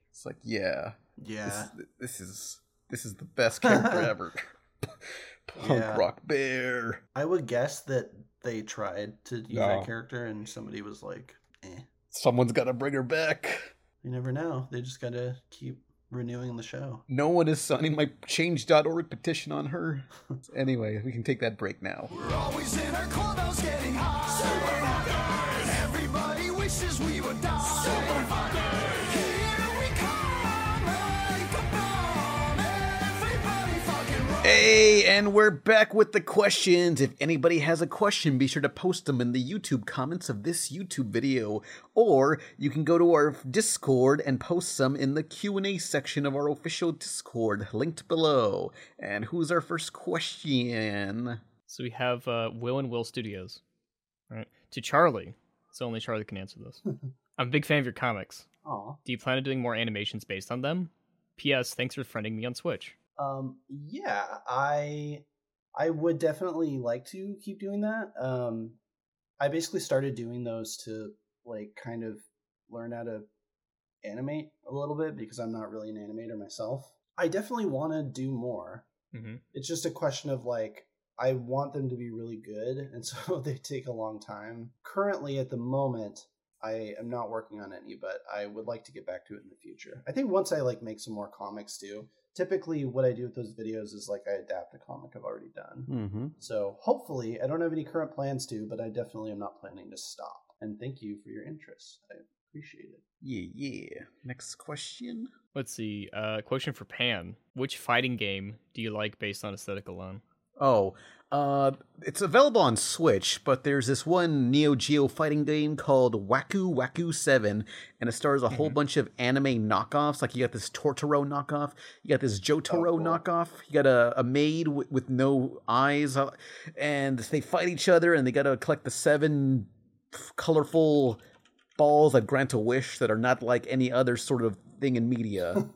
B: It's like, yeah,
D: Yeah.
B: this, this is this is the best character ever. punk
D: Yeah.
B: rock bear.
D: I would guess that they tried to use
B: No.
D: that character and somebody was like, eh.
B: Someone's got to bring her back.
D: You never know. They just gotta keep renewing the show.
B: No one is signing my change.org petition on her. Anyway, we can take that break now.
E: We're always in our clubhouse getting high. Super fuckers. Everybody wishes we would die. Super fuckers. Here we come. Like a bomb. Everybody fucking rock.
B: Hey, and we're back with the questions. If anybody has a question, be sure to post them in the YouTube comments of this YouTube video, or you can go to our Discord and post some in the Q&A section of our official Discord linked below. And who's our first question?
A: So we have uh, Will and Will Studios. All right. To Charlie. So only Charlie can answer this. I'm a big fan of your comics.
D: Aw.
A: Do you plan on doing more animations based on them? P.S. Thanks for friending me on Switch.
D: Um yeah, I I would definitely like to keep doing that. Um I basically started doing those to like kind of learn how to animate a little bit because I'm not really an animator myself. I definitely want to do more.
A: Mm-hmm.
D: it's just a question of like I want them to be really good, and so they take a long time. Currently, at the moment, I am not working on any, but I would like to get back to it in the future. I think once I like make some more comics too. Typically, what I do with those videos is like I adapt a comic I've already done.
B: Mm-hmm.
D: So hopefully, I don't have any current plans to, but I definitely am not planning to stop. And thank you for your interest. I appreciate it.
B: Yeah, yeah. Next question.
A: Let's see. Uh, question for Pan. Which fighting game do you like based on aesthetic alone?
B: Oh, uh, it's available on Switch, but there's this one Neo Geo fighting game called Waku Waku 7, and it stars a
D: Mm-hmm.
B: whole bunch of anime knockoffs. Like, you got this Tortoro knockoff, you got this Jotaro
D: Oh, cool.
B: knockoff, you got a, a maid w- with no eyes, uh, and they fight each other, and they gotta collect the seven f- colorful balls that grant a wish that are not like any other sort of thing in media.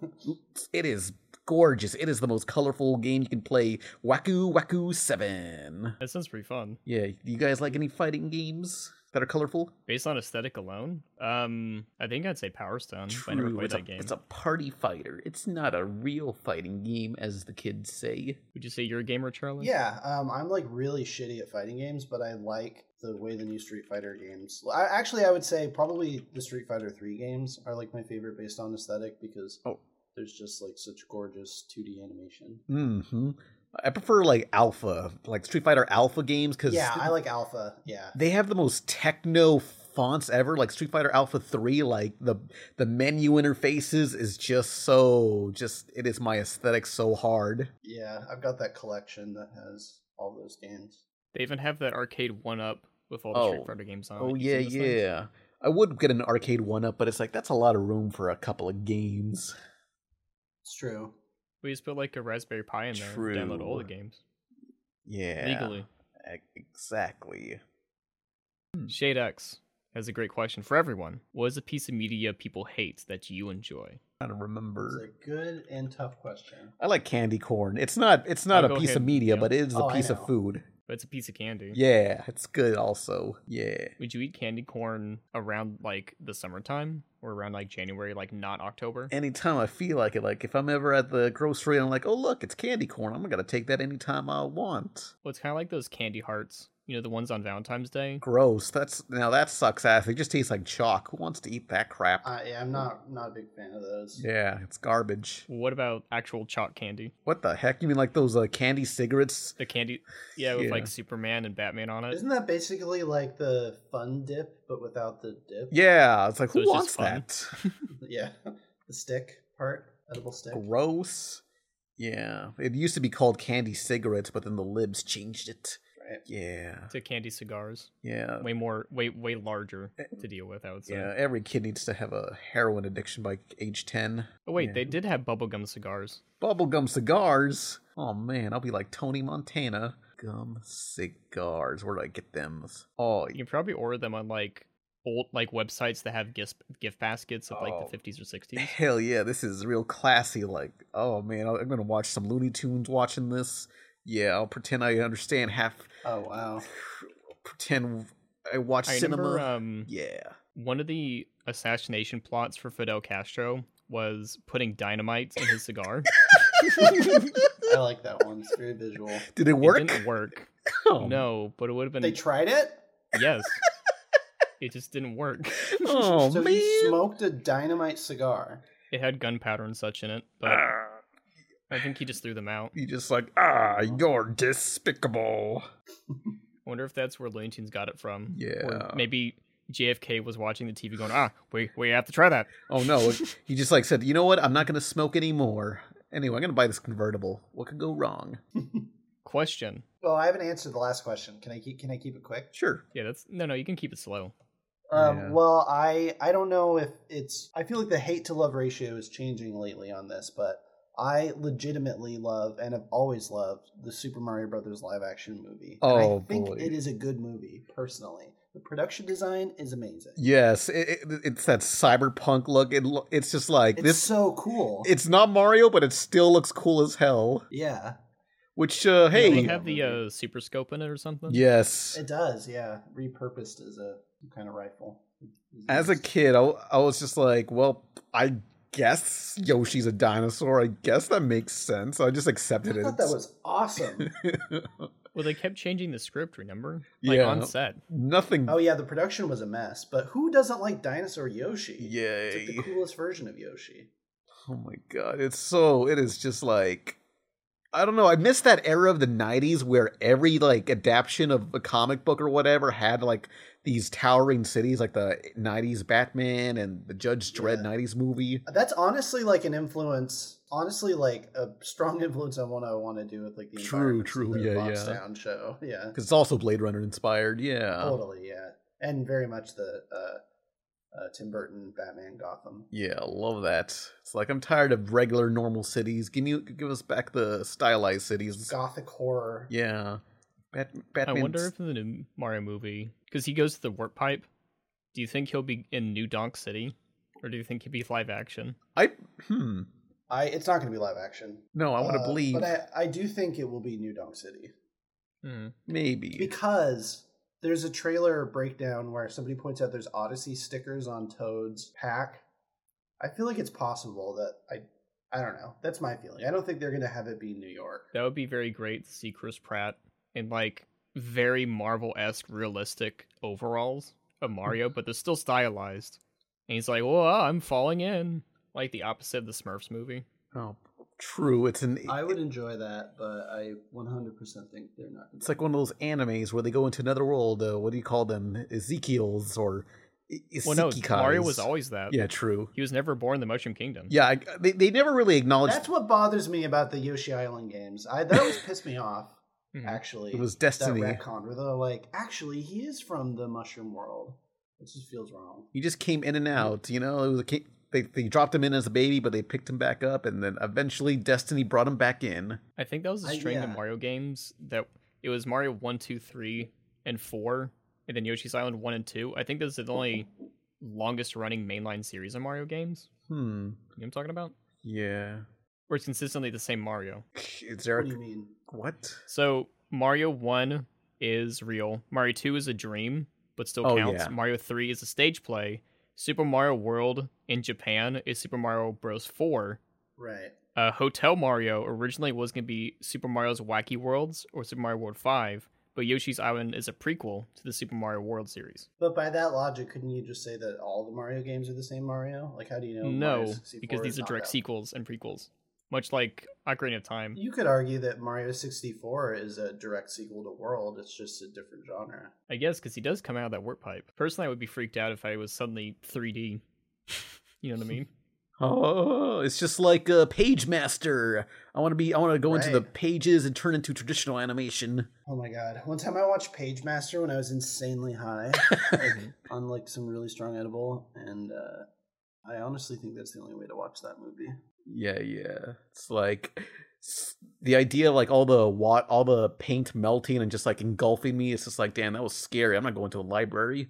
B: it is gorgeous. It is the most colorful game you can play. Waku Waku 7.
A: That sounds pretty fun.
B: Yeah, you guys like any fighting games that are colorful?
A: Based on aesthetic alone, um, I think I'd say Power Stone. but I never played
B: it's,
A: that
B: a,
A: game.
B: it's a party fighter. It's not a real fighting game, as the kids say.
A: Would you say you're a gamer, Charlie?
D: Yeah, um, I'm like really shitty at fighting games, but I like the way the new Street Fighter games. I, actually, I would say probably the Street Fighter three games are like my favorite based on aesthetic because
B: Oh.
D: there's just like such gorgeous 2D animation.
B: hmm I prefer like alpha, like Street Fighter Alpha games, because
D: Yeah, I like Alpha. Yeah,
B: they have the most techno fonts ever like street fighter alpha 3 like the the menu interfaces is just so just it is my aesthetic so hard
D: yeah, I've got that collection that has all those games.
A: They even have that arcade one up with all the
B: Oh.
A: Street Fighter games on. it.
B: oh
A: You've
B: yeah
A: seen those things?
B: yeah I would get an arcade one up, but it's like that's a lot of room for a couple of games.
D: It's true.
A: We just put like a Raspberry Pi in there and download all the
B: True.
A: games
B: Yeah.
A: legally.
B: E- Exactly. Hmm.
A: Shade X has a great question for everyone. What is a piece of media people hate that you enjoy?
B: I don't
D: It's
B: remember.
D: a good and tough question.
B: I like candy corn. It's not it's not
A: I'll
B: a
A: go
B: piece
A: ahead
B: of
A: and-
B: media,
A: yeah.
B: but it is
D: Oh,
B: a
D: I
B: piece
D: know.
B: of food.
A: But it's a piece of candy.
B: Yeah, it's good also. Yeah.
A: Would you eat candy corn around like the summertime or around like January, like not October?
B: Anytime I feel like it, like if I'm ever at the grocery and I'm like, oh look, it's candy corn, I'm gonna take that anytime I want.
A: Well, it's kind of like those candy hearts, you know, the ones on Valentine's Day.
B: Gross. That's now that sucks ass. It just tastes like chalk. Who wants to eat that crap?
D: I, yeah, I'm not not a big fan of those.
B: yeah, it's garbage.
A: What about actual chalk candy?
B: What the heck? You mean like those uh, candy cigarettes?
A: The candy, yeah, with
B: Yeah.
A: like Superman and Batman on it.
D: Isn't that basically like the fun dip, but without the dip?
B: Yeah, it's like
A: So
B: who
A: it's just
B: wants
A: fun.
B: that?
D: Yeah. The stick part, edible stick.
B: Gross. Yeah, it used to be called candy cigarettes, but then the libs changed it.
D: Right.
B: Yeah,
A: to candy cigars,
B: yeah,
A: way more, way way larger to deal with. I would say.
B: Uh, yeah. Every kid needs to have a heroin addiction by age ten.
A: Oh wait,
B: Yeah.
A: they did have bubblegum cigars.
B: bubblegum cigars. Oh man, I'll be like Tony Montana. Gum cigars. Where do I get them? Oh,
A: You can probably order them on like old like websites that have gift gift baskets of like
B: Oh.
A: the fifties or sixties.
B: hell yeah! This is real classy. Like, oh man, I'm gonna watch some Looney Tunes watching this. Yeah, I'll pretend I understand half.
D: Oh wow.
B: Pretend I watch
A: I
B: cinema.
A: remember um,
B: yeah.
A: one of the assassination plots for Fidel Castro was putting dynamite in his cigar.
D: I like that one. It's very visual.
B: Did it
A: It
B: work?
A: didn't work.
B: Oh,
A: No, but it would have been
D: They tried it?
A: yes. It just didn't work.
B: Oh
D: so
B: man.
D: he smoked a dynamite cigar.
A: It had gunpowder and such in it, but
B: Ah.
A: I think he just threw them out.
B: He just like ah, you're despicable.
A: I wonder if that's where Looney Tunes got it from.
B: Yeah.
A: Or maybe JFK was watching the TV going, ah, we, we have to try that.
B: Oh no, he just like said, you know what? I'm not gonna smoke anymore. Anyway, I'm gonna buy this convertible. What could go wrong?
A: Question.
D: Well, I haven't answered the last question. Can I keep can I keep it quick?
B: Sure.
A: Yeah, that's no, no. You can keep it slow.
D: Um,
B: Yeah.
D: Well, I I don't know if it's. I feel like the hate to love ratio is changing lately on this, but I legitimately love and have always loved the Super Mario Brothers live action movie. And
B: Oh,
D: I think
B: boy.
D: it is a good movie personally. The production design is amazing.
B: Yes, it, it, it's that cyberpunk look. It, lo- it's just like
D: It's
B: this.
D: so cool.
B: it's not Mario, but it still looks cool as hell.
D: yeah,
B: Which uh,
A: Does
B: hey,
A: it have the uh, super scope in it or something?
B: yes.
D: it does. Yeah, repurposed as a some kind of rifle.
B: As a kid, I, w- I was just like, well, I guess Yoshi's a dinosaur. I guess that makes sense. I just accepted
D: I
B: it.
D: thought that was awesome.
A: Well, they kept changing the script. Remember? Like
B: Yeah.
A: on set.
B: Nothing.
D: oh yeah, the production was a mess. But who doesn't like Dinosaur Yoshi? It's like
B: Yay.
D: the coolest version of Yoshi.
B: Oh my god, it's so it is just like I don't know, I miss that era of the 90s where every like adaptation of a comic book or whatever had like these towering cities like the 90s Batman and the Judge Dredd
D: Yeah.
B: 90s movie.
D: That's honestly like an influence. Honestly, like a strong influence on what I want to do with like the
B: True,
D: environments of
B: true,
D: the
B: yeah,
D: Box
B: yeah.
D: Town show. Yeah,
B: Cuz it's also Blade Runner inspired. Yeah.
D: totally. Yeah, and very much the uh, uh, Tim Burton Batman Gotham.
B: Yeah, love that. It's like I'm tired of regular normal cities. Can you give us back the stylized cities?
D: Gothic horror.
B: Yeah. Bat-
A: I
B: Batman
A: wonder if in the new Mario movie, because he goes to the warp pipe, do you think he'll be in New Donk City, or do you think he'll be live action?
B: I hmm.
D: I it's not going to be live action.
B: No, I want to
D: Uh,
B: believe
D: but I, I do think it will be New Donk City
A: Hmm.
B: maybe.
D: because there's a trailer breakdown where somebody points out there's Odyssey stickers on Toad's pack. I feel like it's possible that I. I don't know. That's my feeling. I don't think they're going to have it be New York.
A: That would be very great to see Chris Pratt in like very Marvel esque realistic overalls of Mario, but they're still stylized. And he's like, "Well, I'm falling in," like the opposite of the Smurfs movie.
B: Oh, true. It's an.
D: I would enjoy that, but I 100% think they're not.
B: It's like one of those animes where they go into another world. Uh, what do you call them? Ezekiel's or I-
A: Well, no,
B: Isekikais.
A: Mario was always that.
B: Yeah, true.
A: He was never born in the Mushroom Kingdom.
B: Yeah, I, they they never really acknowledged
D: That's what bothers me about the Yoshi Island games. I that always pissed me off.
A: Mhm.
D: Actually,
B: it was
D: that
B: Destiny.
D: retcon where they're like, actually, he is from the Mushroom World. It just feels wrong.
B: He just came in and out. You know, it was a ca- they they dropped him in as a baby, but they picked him back up, and then eventually Destiny brought him back in.
A: I think that was a
D: I-
A: string
D: yeah.
A: of Mario games that it was Mario one, two, three, and 4, and then Yoshi's Island 1 and 2. I think those are the only longest running mainline series of Mario games.
B: Hmm.
A: You know what I'm talking about?
B: Yeah.
A: Where it's consistently the same Mario.
B: Is there
D: What
B: a,
D: do you mean?
B: what?
A: So Mario 1 is real. Mario 2 is a dream, but still
B: Oh,
A: counts.
B: yeah.
A: Mario 3 is a stage play. Super Mario World in Japan is Super Mario Bros. 4.
D: Right.
A: uh, Hotel Mario originally was going to be Super Mario's Wacky Worlds or Super Mario World 5, but Yoshi's Island is a prequel to the Super Mario World series.
D: But by that logic, couldn't you just say that all the Mario games are the same Mario? Like, how do you know? Mario
A: no,
D: 64
A: because
D: is
A: these are
D: not
A: direct
D: that-
A: sequels and prequels, much like Ocarina of Time.
D: You could argue that Mario 64 is a direct sequel to World. It's just a different genre.
A: I guess because he does come out of that warp pipe. Personally, I would be freaked out if I was suddenly 3D. You know what I mean?
B: Oh, it's just like a page master. I want to be. I want to go into the
D: Right.
B: pages and turn into traditional animation.
D: Oh my god! One time I watched PageMaster when I was insanely high, like, on like some really strong edible, and uh, I honestly think that's the only way to watch that movie.
B: Yeah, yeah. It's like s- the idea, of, like all the wat, all the paint melting and just like engulfing me. It's just like, damn, that was scary. I'm not going to a library.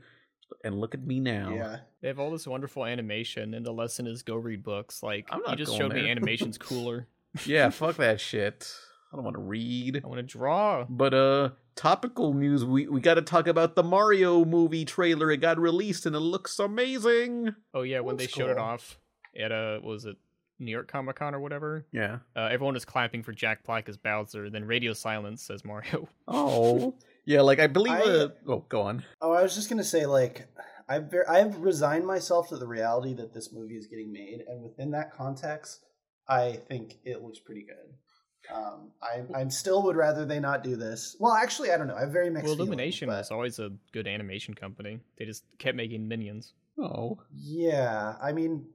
B: And look at me now.
D: Yeah,
A: They have all this wonderful animation, and the lesson is go read books. Like,
B: I'm
A: you
B: not
A: just
B: going
A: showed me
B: there.
A: animation's cooler.
B: yeah. Fuck that shit. I don't want to read.
A: I want to draw.
B: But uh, topical news. We we got to talk about the Mario movie trailer. It got released and it looks amazing.
A: Oh, yeah, when they
D: That's
A: showed it
D: cool.
A: off at, uh, what was it, New York Comic Con or whatever,
B: Yeah.
A: Uh, everyone was clapping for Jack Black as Bowser, then radio silence says Mario.
B: Oh. yeah. Like I believe.
D: I-
B: uh, oh, go on.
D: Oh, I was just gonna say, like, I've ver- I've resigned myself to the reality that this movie is getting made, and within that context, I think it looks pretty good. Um, I I still would rather they not do this. Well, actually, I don't know. I have very mixed.
A: well, Illumination
D: feelings,
A: was always a good animation company. They just kept making minions.
B: Oh.
D: but- Yeah, I mean,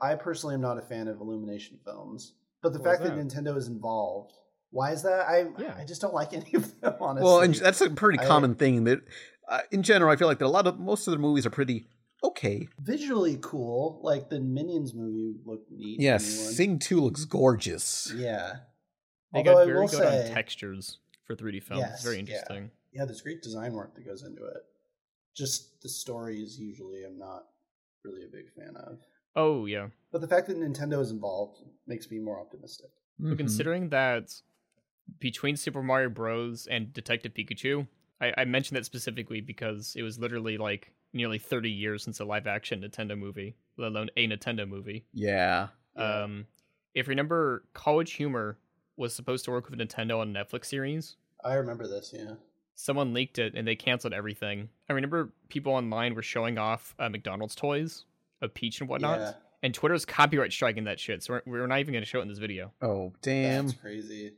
D: I personally am not a fan of Illumination films, but the
A: Why
D: fact
A: is
D: that?
A: that?
D: Nintendo is involved, why is that? I
A: Yeah.
D: I just don't like any of them. Honestly,
B: well, and that's a pretty
D: I-
B: common thing that, uh, in general, I feel like that a lot of most of their movies are pretty okay.
D: visually cool. Like the Minions movie looked neat.
B: Yeah,
D: the new one.
B: Sing Two looks gorgeous.
D: Yeah.
A: They
D: Although I
A: got very
D: will
A: good
D: say-
A: on textures for 3D films.
D: Yes,
A: it's very
D: yeah.
A: interesting.
D: yeah, there's great design work that goes into it. Just the stories usually I'm not really a big fan of.
A: Oh yeah.
D: But the fact that Nintendo is involved makes me more optimistic.
A: So considering that between Super Mario Bros. and Detective Pikachu, I, I mentioned that specifically because it was literally like nearly 30 years since a live action Nintendo movie, let alone a Nintendo movie.
B: yeah,
D: Yeah.
A: Um, if you remember, College Humor was supposed to work with Nintendo on a Netflix series.
D: I remember this, yeah.
A: Someone leaked it and they canceled everything. I remember people online were showing off uh, McDonald's toys of Peach and whatnot,
D: Yeah.
A: and Twitter's copyright striking that shit, so we're, we're not even going to show it in this video.
D: Mm-hmm.
B: oh damn,
D: That's crazy.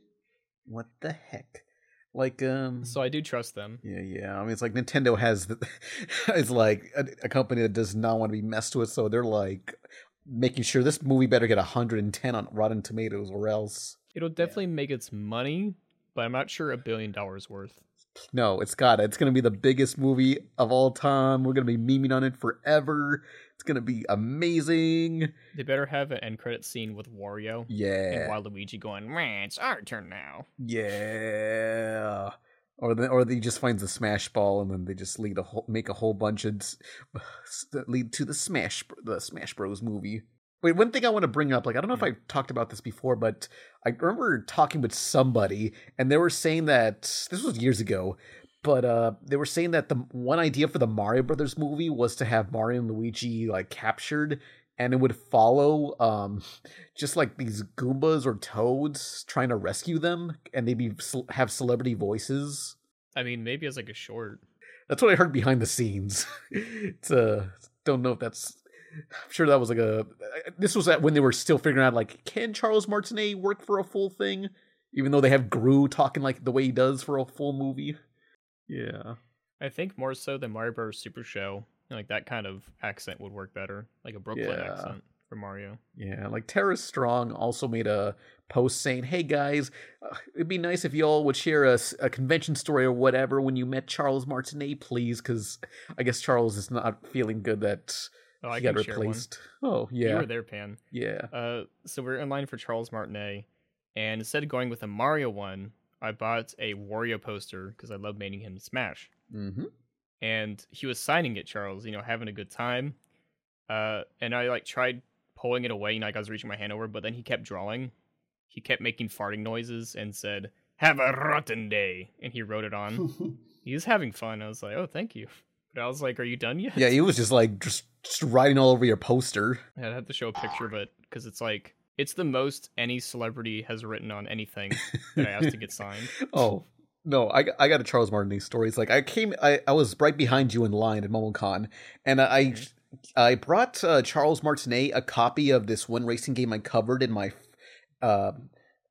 B: what the heck? Like, um,
A: So I do trust them.
B: yeah, yeah. I mean, it's like Nintendo has, the, it's like a, a company that does not want to be messed with, so they're like making sure this movie better get 110 on Rotten Tomatoes, or else
A: It'll definitely make its money, but I'm not sure a billion dollars worth.
B: No, it's got it. It's gonna be the biggest movie of all time. We're gonna be memeing on it forever. It's gonna be amazing.
A: They better have an end credit scene with Wario and
B: Yeah,
A: Waluigi going, "Meh, it's our turn now.
B: yeah. Or the, or they just finds the smash ball and then they just lead a whole, make a whole bunch of s- that lead to the smash Br- the Smash Bros movie. Wait, one thing I want to bring up, like I don't know if I've talked about this before, but I remember talking with somebody and they were saying that this was years ago, but uh they were saying that the one idea for the Mario Brothers movie was to have Mario and Luigi like captured and it would follow um just like these goombas or toads trying to rescue them and they'd be cel- have celebrity voices.
A: I mean, maybe as like a short.
B: That's what I heard behind the scenes. it's uh don't know if that's I'm sure that was like a uh, this was at when they were still figuring out like can Charles Martinet work for a full thing even though they have Gru talking like the way he does for a full movie. Yeah.
A: I think more so than Mario Bros. Super Show, like that kind of accent would work better, like a Brooklyn
B: Yeah.
A: accent. for Mario.
B: Yeah, like Tara Strong also made a post saying, "Hey guys, uh, it'd be nice if y'all would share a, s- a convention story or whatever when you met Charles Martinet, please, because I guess Charles is not feeling good that
A: Oh,
B: he
A: I
B: got
A: can share one.
B: replaced." Oh
A: You
B: yeah,
A: were there, Pan.
B: yeah.
A: Uh, so we're in line for Charles Martinet, and instead of going with a Mario one, I bought a Wario poster because I love making him Smash.
B: Mm-hmm.
A: and he was signing it, Charles, you know, having a good time. Uh, and I like tried pulling it away, you know, like I was reaching my hand over, but then he kept drawing. He kept making farting noises and said, "Have a rotten day," and he wrote it on. he was having fun. I was like, "Oh, thank you," but I was like, "Are you done yet?"
B: Yeah, he was just like just, just riding all over your poster.
A: I'd have to show a picture, but because it's like it's the most any celebrity has written on anything that I asked to get signed.
B: Oh no, I, I got a Charles Martinet story. It's like I came, I, I was right behind you in line at MomoCon, and I I brought uh, Charles Martinet a copy of this one racing game I covered in my uh,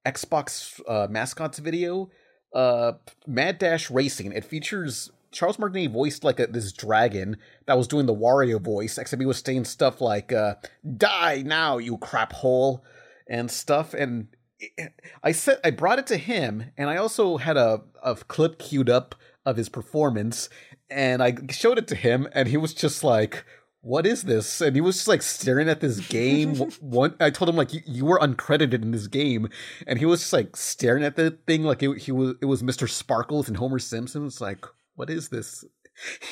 B: Xbox uh, mascots video, uh, Mad Dash Racing. It features Charles Martinet voiced like a, this dragon that was doing the Wario voice, except he was saying stuff like uh, "Die now, you crap hole," and stuff, and I said I brought it to him, and I also had a, a clip queued up of his performance, and I showed it to him, and he was just like, "What is this?" And he was just like staring at this game. W- One, I told him like, "You- "You were uncredited in this game," and he was just like staring at the thing like it, he was it was Mister Sparkles and Homer Simpson. It's like, "What is this?"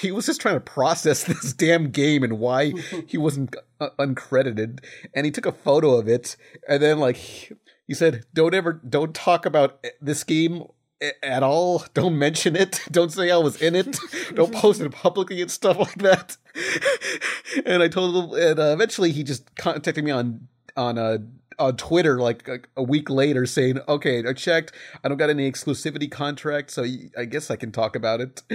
B: He was just trying to process this damn game and why he wasn't uh, uncredited, and he took a photo of it, and then like he- he said, "Don't ever, don't talk about this game a- at all. Don't mention it. Don't say I was in it. don't post it publicly and stuff like that." and I told him, and uh, eventually he just contacted me on on uh, on Twitter like a, a week later, saying, "Okay, I checked. I don't got any exclusivity contract, so y- I guess I can talk about it."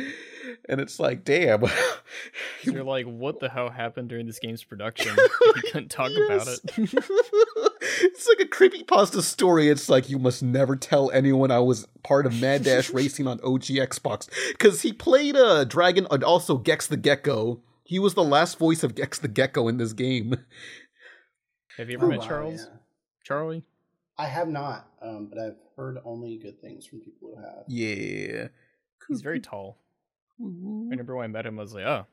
B: And it's like, damn.
A: So you're like, "What the hell happened during this game's production?" you couldn't talk about
B: Yes.
A: it.
B: it's like a creepypasta story. It's like you must never tell anyone I was part of Mad Dash Racing on OG Xbox because he played uh, Dragon and also Gex the Gecko. He was the last voice of Gex the Gecko in this game.
A: Have you ever
D: Oh,
A: met
D: wow,
A: Charles?
D: yeah.
A: Charlie?
D: I have not, um, but I've heard only good things from people who have.
B: Yeah.
A: He's very tall. I remember when I met him, I was like, oh,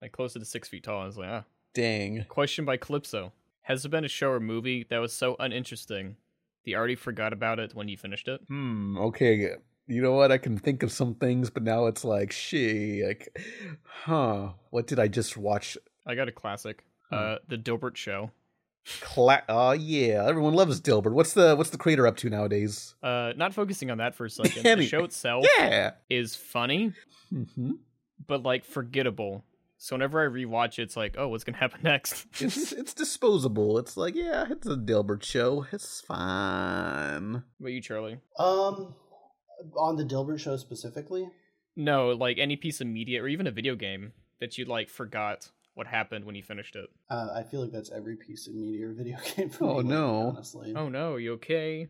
A: like closer to six feet tall. I was like, ah.
B: Dang.
A: Question by Calypso Has there been a show or movie that was so uninteresting that you already forgot about it when you finished it?
B: Hmm. Okay. You know what? I can think of some things, but now it's like, she, like, huh? What did I just watch?
A: I got a classic uh, The Dilbert Show.
B: Cla- oh yeah, everyone loves Dilbert. What's the what's the creator up to nowadays?
A: Uh, not focusing on that for a second.
B: Anyway,
A: the show itself
B: Yeah.
A: is funny,
B: Mm-hmm.
A: but like forgettable. So whenever I rewatch it, it's like, oh, what's going to happen next?
B: it's it's disposable. It's like, yeah, it's a Dilbert show. It's fine.
A: What about you, Charlie?
D: Um, on the Dilbert show specifically,
A: No, like any piece of media or even a video game that you like forgot what happened when you finished it.
D: uh, I feel like that's every piece of media or video game. For
B: Oh,
D: me, like,
B: no.
D: honestly.
A: Oh no, you okay?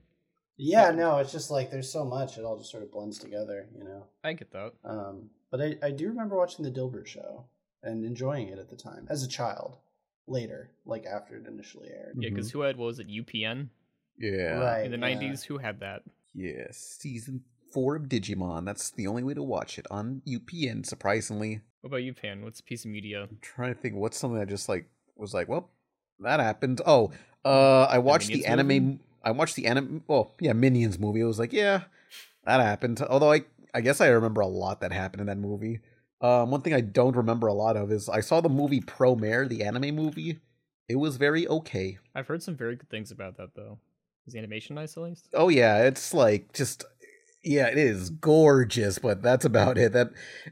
D: Yeah, no, it's just like there's so much; it all just sort of blends together, you know.
A: I get that.
D: Um, but I, I do remember watching the Dilbert show and enjoying it at the time as a child. Later, like after it initially aired,
A: Yeah, because who had what was it UPN
B: Yeah.
D: right
A: in the
D: yeah.
A: nineties? Who had that?
B: Yeah. Season four of Digimon. That's the only way to watch it on UPN. Surprisingly,
A: What about you, Pan? What's a piece of media?
B: I'm trying to think. What's something that just like was like, well, that happened. Oh, uh, I watched the,
A: Minions
B: anime.
A: movie?
B: I watched the anime. Well, yeah, Minions movie. I was like, yeah, that happened. Although I, I guess I remember a lot that happened in that movie. Um, one thing I don't remember a lot of is I saw the movie Pro Mare, the anime movie. It was very okay.
A: I've heard some very good things about that though. Is the animation nice at least?
B: Oh yeah, it's like just yeah, it is gorgeous, but that's about it. That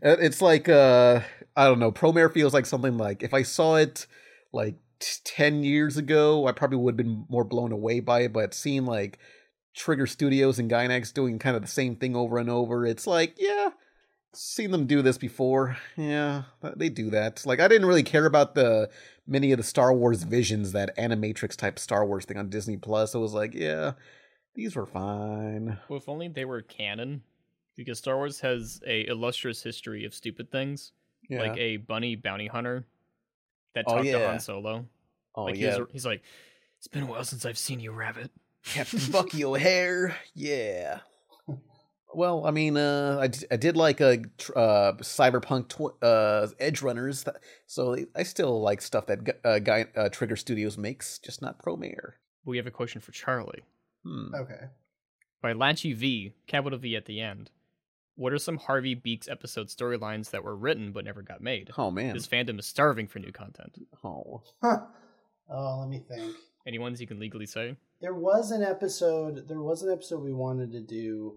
B: uh, it's like uh I don't know, Promare feels like something like if I saw it like t- 10 years ago, I probably would have been more blown away by it, but seeing like Trigger Studios and Gainax doing kind of the same thing over and over, it's like, yeah, seen them do this before. Yeah, uh, they do that. Like I didn't really care about the many of the Star Wars visions that animatrix type Star Wars thing on Disney Plus. I was like, yeah, these were fine.
A: Well, if only they were canon, because Star Wars has a illustrious history of stupid things, like a bunny bounty hunter that
B: Oh,
A: talked to
B: yeah.
A: Han Solo.
B: Oh
A: like he
B: yeah,
A: was- he's like, it's been a while since I've seen you, Rabbit.
B: Captain Bucky O'Hare. Yeah. Well, I mean, uh, I, d- I did like a tr- uh, cyberpunk tw- uh, Edge Runners, th- so I still like stuff that gu- uh, guy uh, Trigger Studios makes, just not Promare.
A: We have a question for Charlie.
B: Hmm.
D: Okay.
A: By Lachie V, capital V at the end. What are some Harvey Beaks episode storylines that were written but never got made?
B: Oh man.
A: This fandom is starving for new content.
B: Oh.
D: oh, let me think.
A: Any ones you can legally say?
D: There was an episode. There was an episode we wanted to do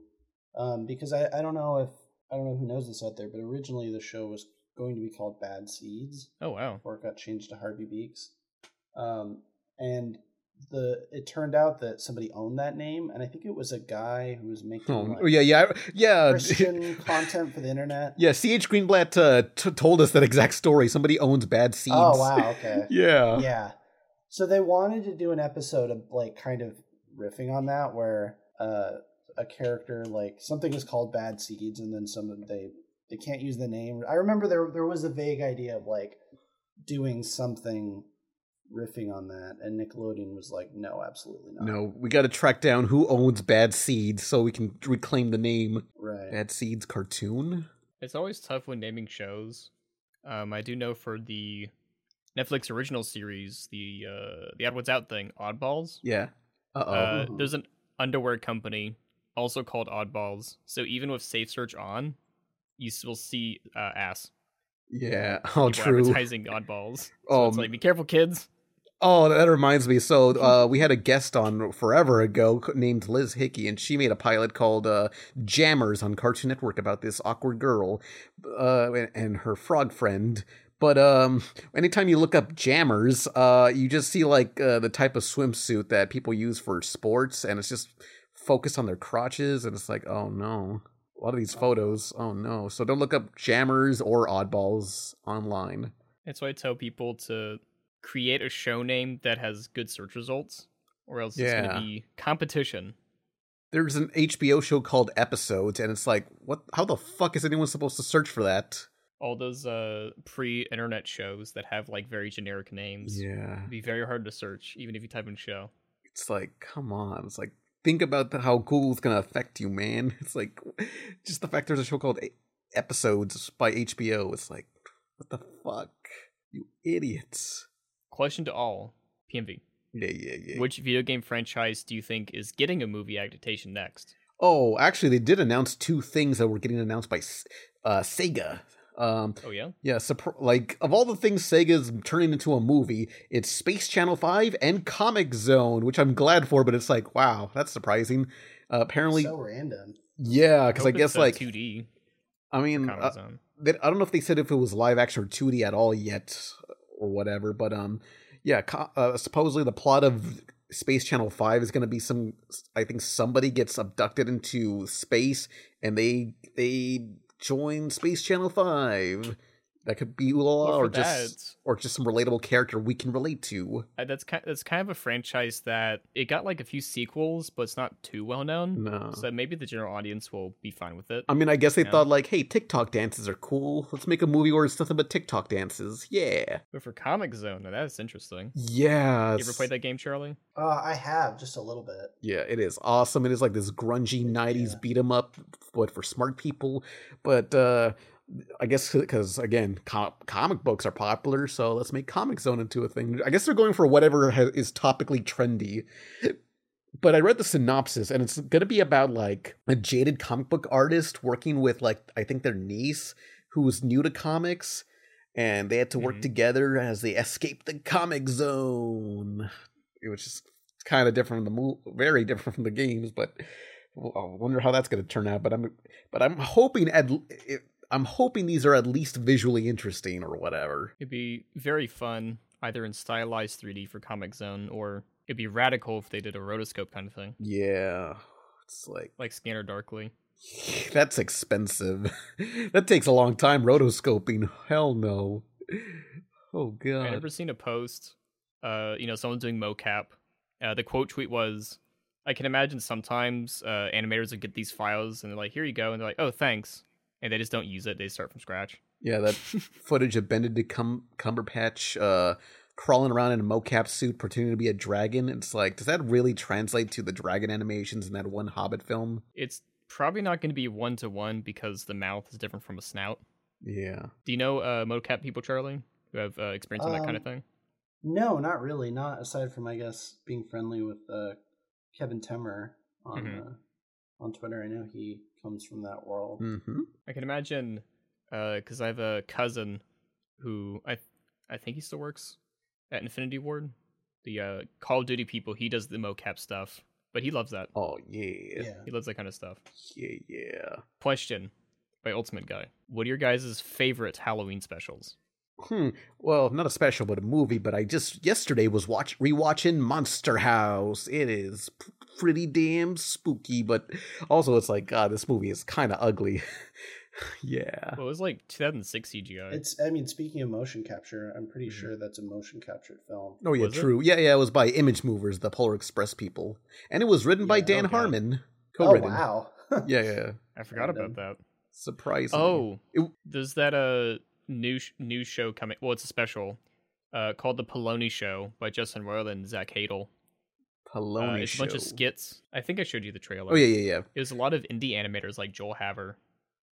D: um, because I, I don't know if I don't know who knows this out there, but originally the show was going to be called Bad Seeds.
A: Oh wow.
D: before it got changed to Harvey Beaks. Um, and the it turned out that somebody owned that name, and I think it was a guy who was making
B: Oh,
D: like,
B: yeah, yeah, I- yeah.
D: Christian content for the internet.
B: Yeah, C.H. Greenblatt uh, t- told us that exact story. Somebody owns bad seeds.
D: Oh wow. Okay.
B: Yeah.
D: yeah. So they wanted to do an episode of like kind of riffing on that, where uh, a character like something is called Bad Seeds, and then some of they they can't use the name. I remember there there was a vague idea of like doing something riffing on that, and Nickelodeon was like, no, absolutely not.
B: No, we got to track down who owns bad seeds so we can reclaim the name.
D: right.
B: Bad seeds cartoon.
A: It's always tough when naming shows. Um, I do know for the Netflix original series, the uh, the Outwards Out thing, Oddballs.
B: Yeah. Uh-oh.
A: Uh,
D: Mhm.
A: there's an underwear company also called Oddballs. So even with Safe Search on, you still see uh, ass.
B: yeah.
A: people
B: Oh, true.
A: advertising Oddballs. So
B: Oh,
A: it's
B: m-
A: like, be careful, kids.
B: Oh, that reminds me. So uh, we had a guest on forever ago c- named Liz Hickey, and she made a pilot called uh, "Jammers" on Cartoon Network about this awkward girl uh, and- and her frog friend. But um, anytime you look up jammers, uh, you just see like uh, the type of swimsuit that people use for sports, and it's just focused on their crotches, and it's like, oh no, a lot of these photos, oh no. So don't look up jammers or oddballs online.
A: That's why I tell people to create a show name that has good search results, or else it's
B: Yeah.
A: going to be competition.
B: there's an HBO show called Episodes, and it's like, what? How the fuck is anyone supposed to search for that?
A: All those uh, pre-internet shows that have like very generic names.
B: Yeah,
A: It'd be very hard to search, even if you type in show.
B: it's like, come on, it's like, think about the, how Google's gonna affect you, man. It's like, just the fact there's a show called E- Episodes by HBO. It's like, what the fuck, you idiots.
A: Question to all PMV:
B: Yeah, yeah, yeah.
A: Which video game franchise do you think is getting a movie adaptation next?
B: oh, actually, they did announce two things that were getting announced by S- uh, Sega. Um,
A: Oh yeah,
B: Yeah, supr- like of all the things Sega's turning into a movie, it's Space Channel 5 and Comic Zone, which I'm glad for, but it's like, wow, that's surprising. Uh, apparently,
D: so random.
B: yeah, because I,
A: hope it's,
B: guess
A: uh,
B: like
A: 2D
B: I mean,
A: Comic
B: uh,
A: Zone.
B: they, I don't know if they said if it was live action or 2D at all yet or whatever, but um, yeah, co- uh, supposedly the plot of Space Channel 5 is going to be some I think somebody gets abducted into space and they they join Space Channel 5. That could be Ulala
A: Well,
B: or
A: for
B: just
A: that,
B: or just some relatable character we can relate to.
A: Uh, that's kind that's kind of a franchise that it got like a few sequels, but it's not too well known.
B: No.
A: So maybe the general audience will be fine with it.
B: I mean, I guess they
A: Yeah.
B: thought like, "Hey, TikTok dances are cool. Let's make a movie where it's nothing but TikTok dances." Yeah,
A: but for Comic Zone, now that's interesting.
B: yeah.
A: You ever played that game, Charlie?
D: Uh, I have just a little bit.
B: Yeah, it is awesome. It is like this grungy '90s
D: Yeah.
B: beat 'em up, but for smart people. But uh I guess because again, com- comic books are popular, so let's make Comic Zone into a thing. I guess they're going for whatever ha- is topically trendy. But I read the synopsis, and it's going to be about like a jaded comic book artist working with like I think their niece, who's new to comics, and they had to work
A: Mhm.
B: together as they escaped the comic zone. It was just kind of different from the mo- very different from the games, but well, I wonder how that's going to turn out. But I'm but I'm hoping at l- it, I'm hoping these are at least visually interesting or whatever.
A: It'd be very fun, either in stylized 3D for Comic Zone, or it'd be radical if they did a rotoscope kind of thing,
B: Yeah, it's like
A: like Scanner Darkly.
B: that's expensive. that takes a long time rotoscoping. Hell no. Oh
A: I've
B: god.
A: never seen a post, uh, you know, someone doing mocap. Uh, the quote tweet was, "I can imagine sometimes uh, animators would get these files and they're like, here you go,' and they're like, oh, thanks,' and they just don't use it. They start from scratch.
B: Yeah, that footage of Benedict Cum- Cumberpatch uh, crawling around in a mocap suit pretending to be a dragon. It's like, does that really translate to the dragon animations in that one Hobbit film?
A: It's probably not going to be one to one because the mouth is different from a snout.
B: Yeah.
A: Do you know uh, mocap people, Charlie, who have uh, experience in that kind
D: Um,
A: of thing?
D: No, not really. Not aside from I guess being friendly with uh, Kevin Temmer on
A: Mhm.
D: uh, on Twitter. I know he comes from that world.
B: Mm-hmm.
A: I can imagine, because I have a cousin who I I think he still works at Infinity Ward, the uh, Call of Duty people. He does the mocap stuff, but he loves that.
B: Oh yeah.
D: Yeah.
A: He loves that kind of stuff.
B: Yeah, yeah.
A: Question by Ultimate Guy: What are your guys' favorite Halloween specials?
B: Hmm. Well, not a special, but a movie. But I just yesterday was watch rewatching Monster House. It is p- pretty damn spooky, but also it's like God, this movie is kind of ugly. yeah.
A: Well, it was like 2006 CGI.
D: It's. I mean, speaking of motion capture, I'm pretty
A: Mhm.
B: Mm-hmm.
D: sure that's a motion captured film.
B: Oh yeah,
A: Was it?
B: true. Yeah, yeah. It was by Image Movers, the Polar Express people, and it was written by
D: Yeah,
B: Dan
A: okay.
B: Harmon,
D: Oh
B: co-written.
D: wow!
B: Yeah, yeah.
A: I forgot about
D: random.
A: that.
B: Surprising.
A: Oh,
B: It-
A: there's that uh new sh- new show coming? Well, it's a special uh called the Poloni Show by Justin Roiland and Zach Hadel. Uh,
B: Polony
A: it's a bunch of
B: show.
A: skits. I think I showed you the trailer.
B: Oh yeah, yeah, yeah.
A: It was a lot of indie animators like Joel Haver.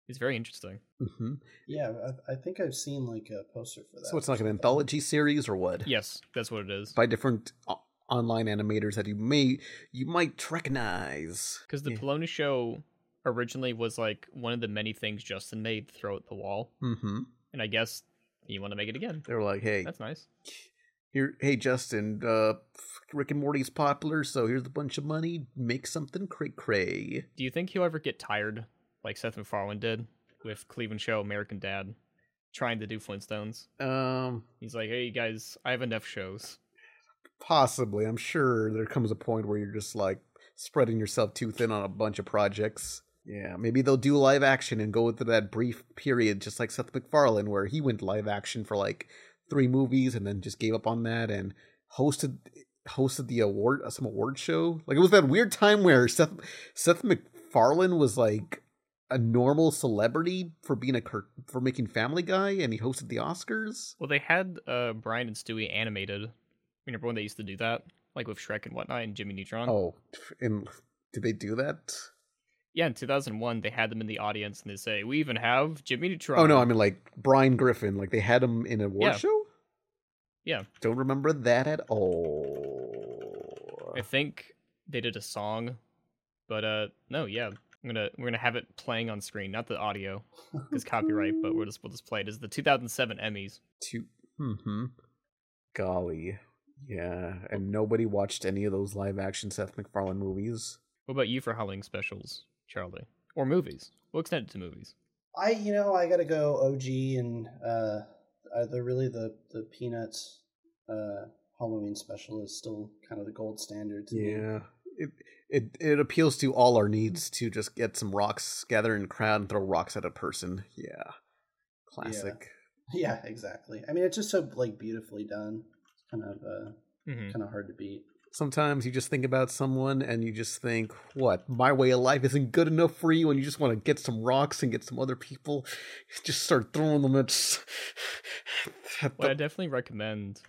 A: It's very interesting.
B: hmm
D: yeah, I, I think I've seen like a poster for that.
B: So it's like an anthology series or what?
A: Yes, that's what it is.
B: by different o- online animators that you may you might recognize.
A: Because the
B: Yeah.
A: Poloni Show originally was like one of the many things Justin made throw at the wall,
B: Mm-hmm.
A: and I guess you want to make it again.
B: They were like, "Hey,
A: That's nice.
B: here, hey Justin, uh, Rick and Morty's popular, so here's a bunch of money. Make something cray cray."
A: Do you think he'll ever get tired, like Seth MacFarlane did with Cleveland Show, American Dad, trying to do Flintstones?
B: Um,
A: He's like, hey, you guys, I have enough shows.
B: possibly. I'm sure there comes a point where you're just like spreading yourself too thin on a bunch of projects. Yeah, maybe they'll do live action and go through that brief period, just like Seth MacFarlane, where he went live action for like three movies and then just gave up on that and hosted hosted the award uh, some award show. Like it was that weird time where Seth Seth MacFarlane was like a normal celebrity for being a cur- for making Family Guy, and he hosted the Oscars.
A: Well, they had uh, Brian and Stewie animated. Remember when they used to do that? Like with Shrek and whatnot and Jimmy Neutron?
B: Oh, and did they do that?
A: Yeah, in 2001, they had them in the audience and they say, we even have Jimmy Neutron.
B: Oh no, I mean like Brian Griffin. Like they had him in a war
A: Yeah.
B: show.
A: Yeah.
B: Don't remember that at all.
A: I think they did a song, but uh, no, yeah. I'm gonna we're gonna have it playing on screen, not the audio, because copyright. But we'll just we'll just play it as the 2007 Emmys.
B: Two. Hmm. Golly. Yeah, and nobody watched any of those live action Seth MacFarlane movies.
A: What about you for Halloween specials, Charlie? Or movies? We'll extend it to movies.
D: I you know I gotta go OG and uh, uh the really the the Peanuts uh Halloween special is still kind of the gold standard. To me.
B: Yeah. It it it appeals to all our needs to just get some rocks, gather in a crowd, and throw rocks at a person. Yeah. Classic.
D: yeah, exactly. I mean, it's just so like beautifully done. It's kind of uh
A: Mm-hmm.
D: kind of hard to beat.
B: Sometimes you just think about someone and you just think, what, my way of life isn't good enough for you, and you just want to get some rocks and get some other people, just start throwing them at. s- at
A: Well, I
B: the-
A: definitely recommend.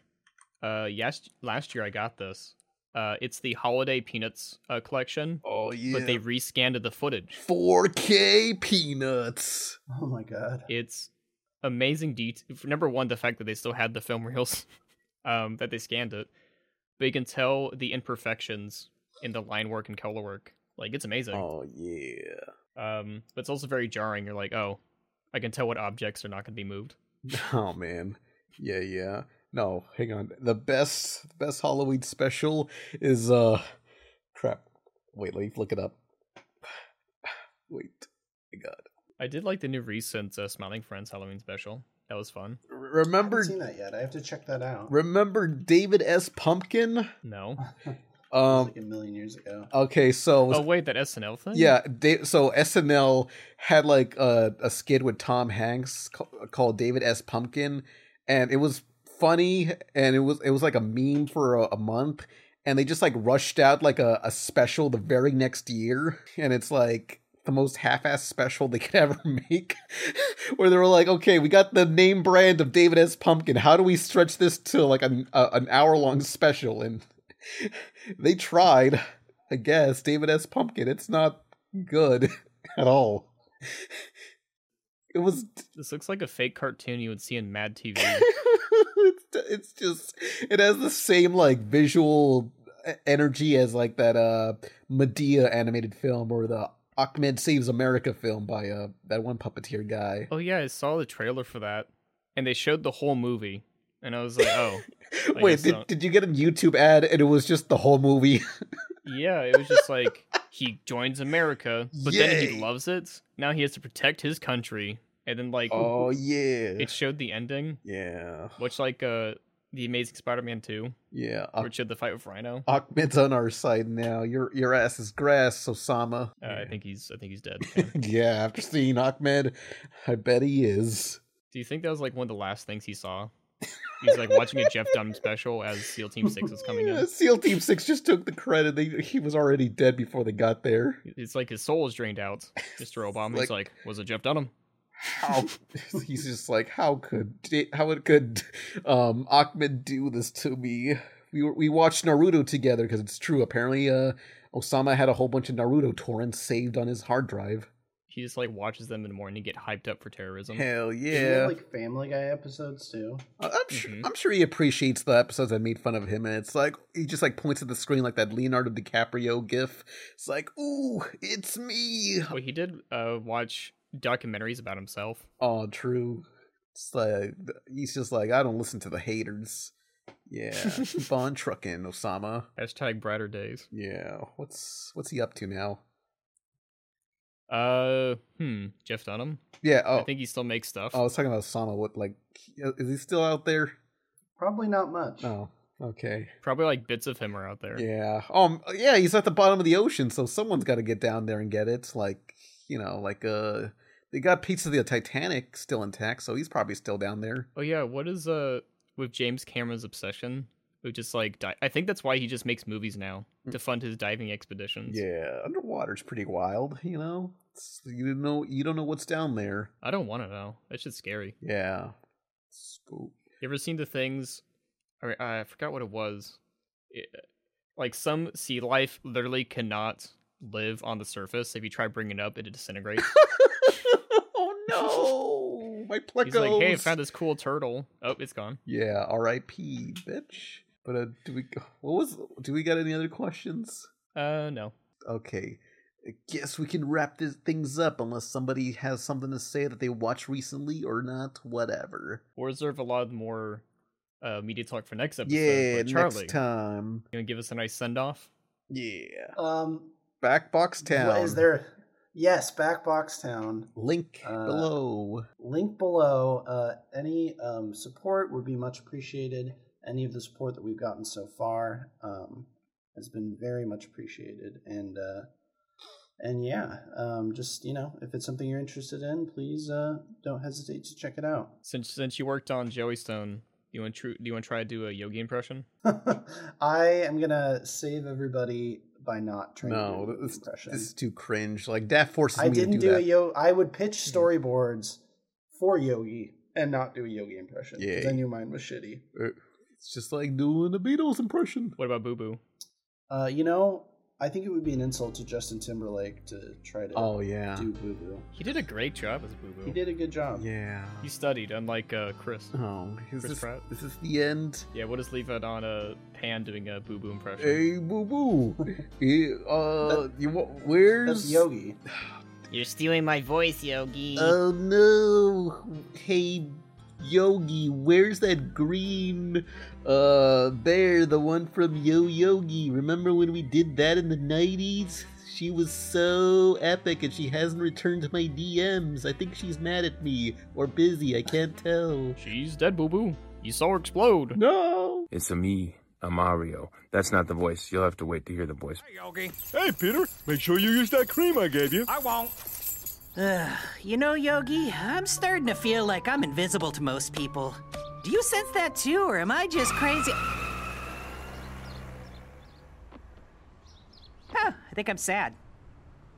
A: Uh, yes, last year I got this. Uh, it's the Holiday Peanuts uh, collection,
B: oh, yeah.
A: but they rescanned the footage.
B: 4K peanuts.
D: Oh my god.
A: It's amazing. Det- number one, the fact that they still had the film reels, um, that they scanned it, but you can tell the imperfections in the line work and color work. Like it's amazing.
B: Oh, yeah.
A: Um, but it's also very jarring. You're like, oh, I can tell what objects are not going to be moved.
B: Oh, man. Yeah, yeah. No, hang on. The best, the best Halloween special is, uh, crap. Wait, let me look it up. Wait. My God.
A: I did like the new recent uh, Smiling Friends Halloween special. That was fun.
B: R-
D: I
B: remember
D: haven't seen that yet. I have to check that out.
B: Remember David S. Pumpkin?
A: No.
D: It's
B: Um.
D: like a million years ago.
B: Okay, so
A: Oh wait, that SNL thing.
B: yeah, da- so SNL had like a, a skid with Tom Hanks ca- called David S. Pumpkin, and it was funny, and it was it was like a meme for a, a month, and they just like rushed out like a, a special the very next year, and it's like the most half-ass special they could ever make, where they were like, "Okay, we got the name brand of David S. Pumpkin. How do we stretch this to like an a, an hour-long special?" And they tried, I guess. David S. Pumpkin. It's not good at all. It was
A: This looks like a fake cartoon you would see in Mad TV.
B: it's, it's just it has the same like visual e- energy as like that uh Medea animated film or the Ahmed Saves America film by uh that one puppeteer guy.
A: oh yeah, I saw the trailer for that, and they showed the whole movie, and I was like, oh, I
B: Wait,
A: guess
B: did,
A: so.
B: did you get a YouTube ad and it was just the whole movie?
A: yeah. It was just like he joins America, but then
B: Yay.
A: he loves it. Now he has to protect his country, and then like
B: Oh, yeah.
A: it showed the ending,
B: yeah.
A: much like uh the Amazing Spider-Man two,
B: Yeah.
A: where it showed the fight with Rhino.
B: Ahmed's on our side now. Your your ass is grass, Osama.
A: Uh, I think he's I think he's dead. Yeah.
B: yeah, after seeing Ahmed, I bet he is.
A: Do you think that was like one of the last things he saw? He's like watching a Jeff Dunham special as SEAL Team Six was coming
B: yeah,
A: in.
B: SEAL Team Six just took the credit. They, he was already dead before they got there.
A: It's like his soul is drained out. Mr. Obama, he's like, was it Jeff Dunham?
B: How he's just like, how could Da- how it could um Ahmed do this to me? We were, we watched Naruto together because it's true. Apparently, uh, Osama had a whole bunch of Naruto torrents saved on his hard drive.
A: He just like watches them in the morning get hyped up for terrorism.
B: Hell
D: Isn't there,
B: yeah!
D: like Family Guy episodes too.
B: I- Uh, I'm sure
A: Mhm.
B: I'm sure he appreciates the episodes that made fun of him, and it's like he just like points at the screen like that Leonardo DiCaprio gif. It's like, ooh, it's me.
A: Well, he did uh, watch documentaries about himself.
B: Oh, true. It's like he's just like I don't listen to the haters. Yeah, keep on trucking, Osama.
A: Hashtag brighter days.
B: Yeah, what's what's he up to now?
A: Uh, hmm. Jeff Dunham.
B: Yeah. Oh,
A: I think he still makes stuff.
B: oh, I was talking about Osama. What like is he still out there?
D: Probably not much.
B: Oh, okay.
A: Probably like bits of him are out there.
B: Yeah. Um. Yeah, he's at the bottom of the ocean, so someone's got to get down there and get it. Like you know, like uh, they got pieces of the Titanic still intact, so he's probably still down there.
A: Oh yeah. What is uh with James Cameron's obsession? Who just like di- I think that's why he just makes movies now to fund his diving expeditions.
B: Mm. Yeah, underwater's pretty wild. You know, it's, you don't know you don't know what's down there.
A: I don't want to know. That shit's scary.
B: Yeah. Spook.
A: You ever seen the things? Or, uh, I forgot what it was. It, like some sea life literally cannot live on the surface. If you try bringing it up, it disintegrates.
B: oh no! My plecos.
A: He's like, "Hey, I found this cool turtle. Oh, it's gone."
B: Yeah, R.I.P. Bitch. But uh, do we? What was? Do we got any other questions?
A: Uh, no.
B: Okay. I guess we can wrap this things up unless somebody has something to say that they watched recently or not. Whatever.
A: We'll reserve a lot more uh, media talk for next episode.
B: yeah,
A: but Charlie,
B: next time.
A: you gonna give us a nice send off?
B: Yeah.
D: Um,
B: Backbox Town.
D: what is there? Yes, Backbox Town.
B: Link
D: Uh,
B: below.
D: link below. Uh, any um, support would be much appreciated. Any of the support that we've gotten so far um, has been very much appreciated, and uh, and yeah, um, just you know, if it's something you're interested in, please uh, don't hesitate to check it out.
A: Since since you worked on Joey Stone, you want tru- do you want to try to do a Yogi impression?
D: I am gonna save everybody by not trying
B: No,
D: to do an
B: this,
D: impression.
B: this is too cringe. Like that forces
D: I
B: me to
D: didn't
B: do,
D: do,
B: that. Mm-hmm.
D: a yo. I would pitch storyboards for Yogi and not do a Yogi impression because
B: Yay.
D: I knew mine was shitty.
B: It's just like doing a Beatles impression.
A: What about Boo Boo?
D: Uh, you know, I think it would be an insult to Justin Timberlake to try to
B: Oh yeah,
D: do Boo Boo.
A: He did a great job as Boo Boo.
D: He did a good job.
B: yeah.
A: He studied, unlike uh, Chris.
B: Oh,
A: Chris
B: is this,
A: Pratt.
B: is this the end?
A: Yeah, we'll just leave it on a pan doing a boo boo impression.
B: Hey, boo boo. Eh, uh, you wa- where's
D: That's Yogi.
F: You're stealing my voice, Yogi.
B: Oh no! Hey, Yogi, where's that green uh bear? The one from Yo Yogi. Remember when we did that in the '90s? She was so epic, and she hasn't returned my DMs. I think she's mad at me or busy. I can't tell.
A: She's dead, boo boo. You saw her explode.
B: No.
G: It's a me, a Mario. That's not the voice. You'll have to wait to hear the voice.
H: Hey, Peter, make sure you use that cream I gave you. I won't.
I: Ugh, you know, Yogi, I'm starting to feel like I'm invisible to most people. Do you sense that too, or am I just crazy? Huh, I think I'm sad.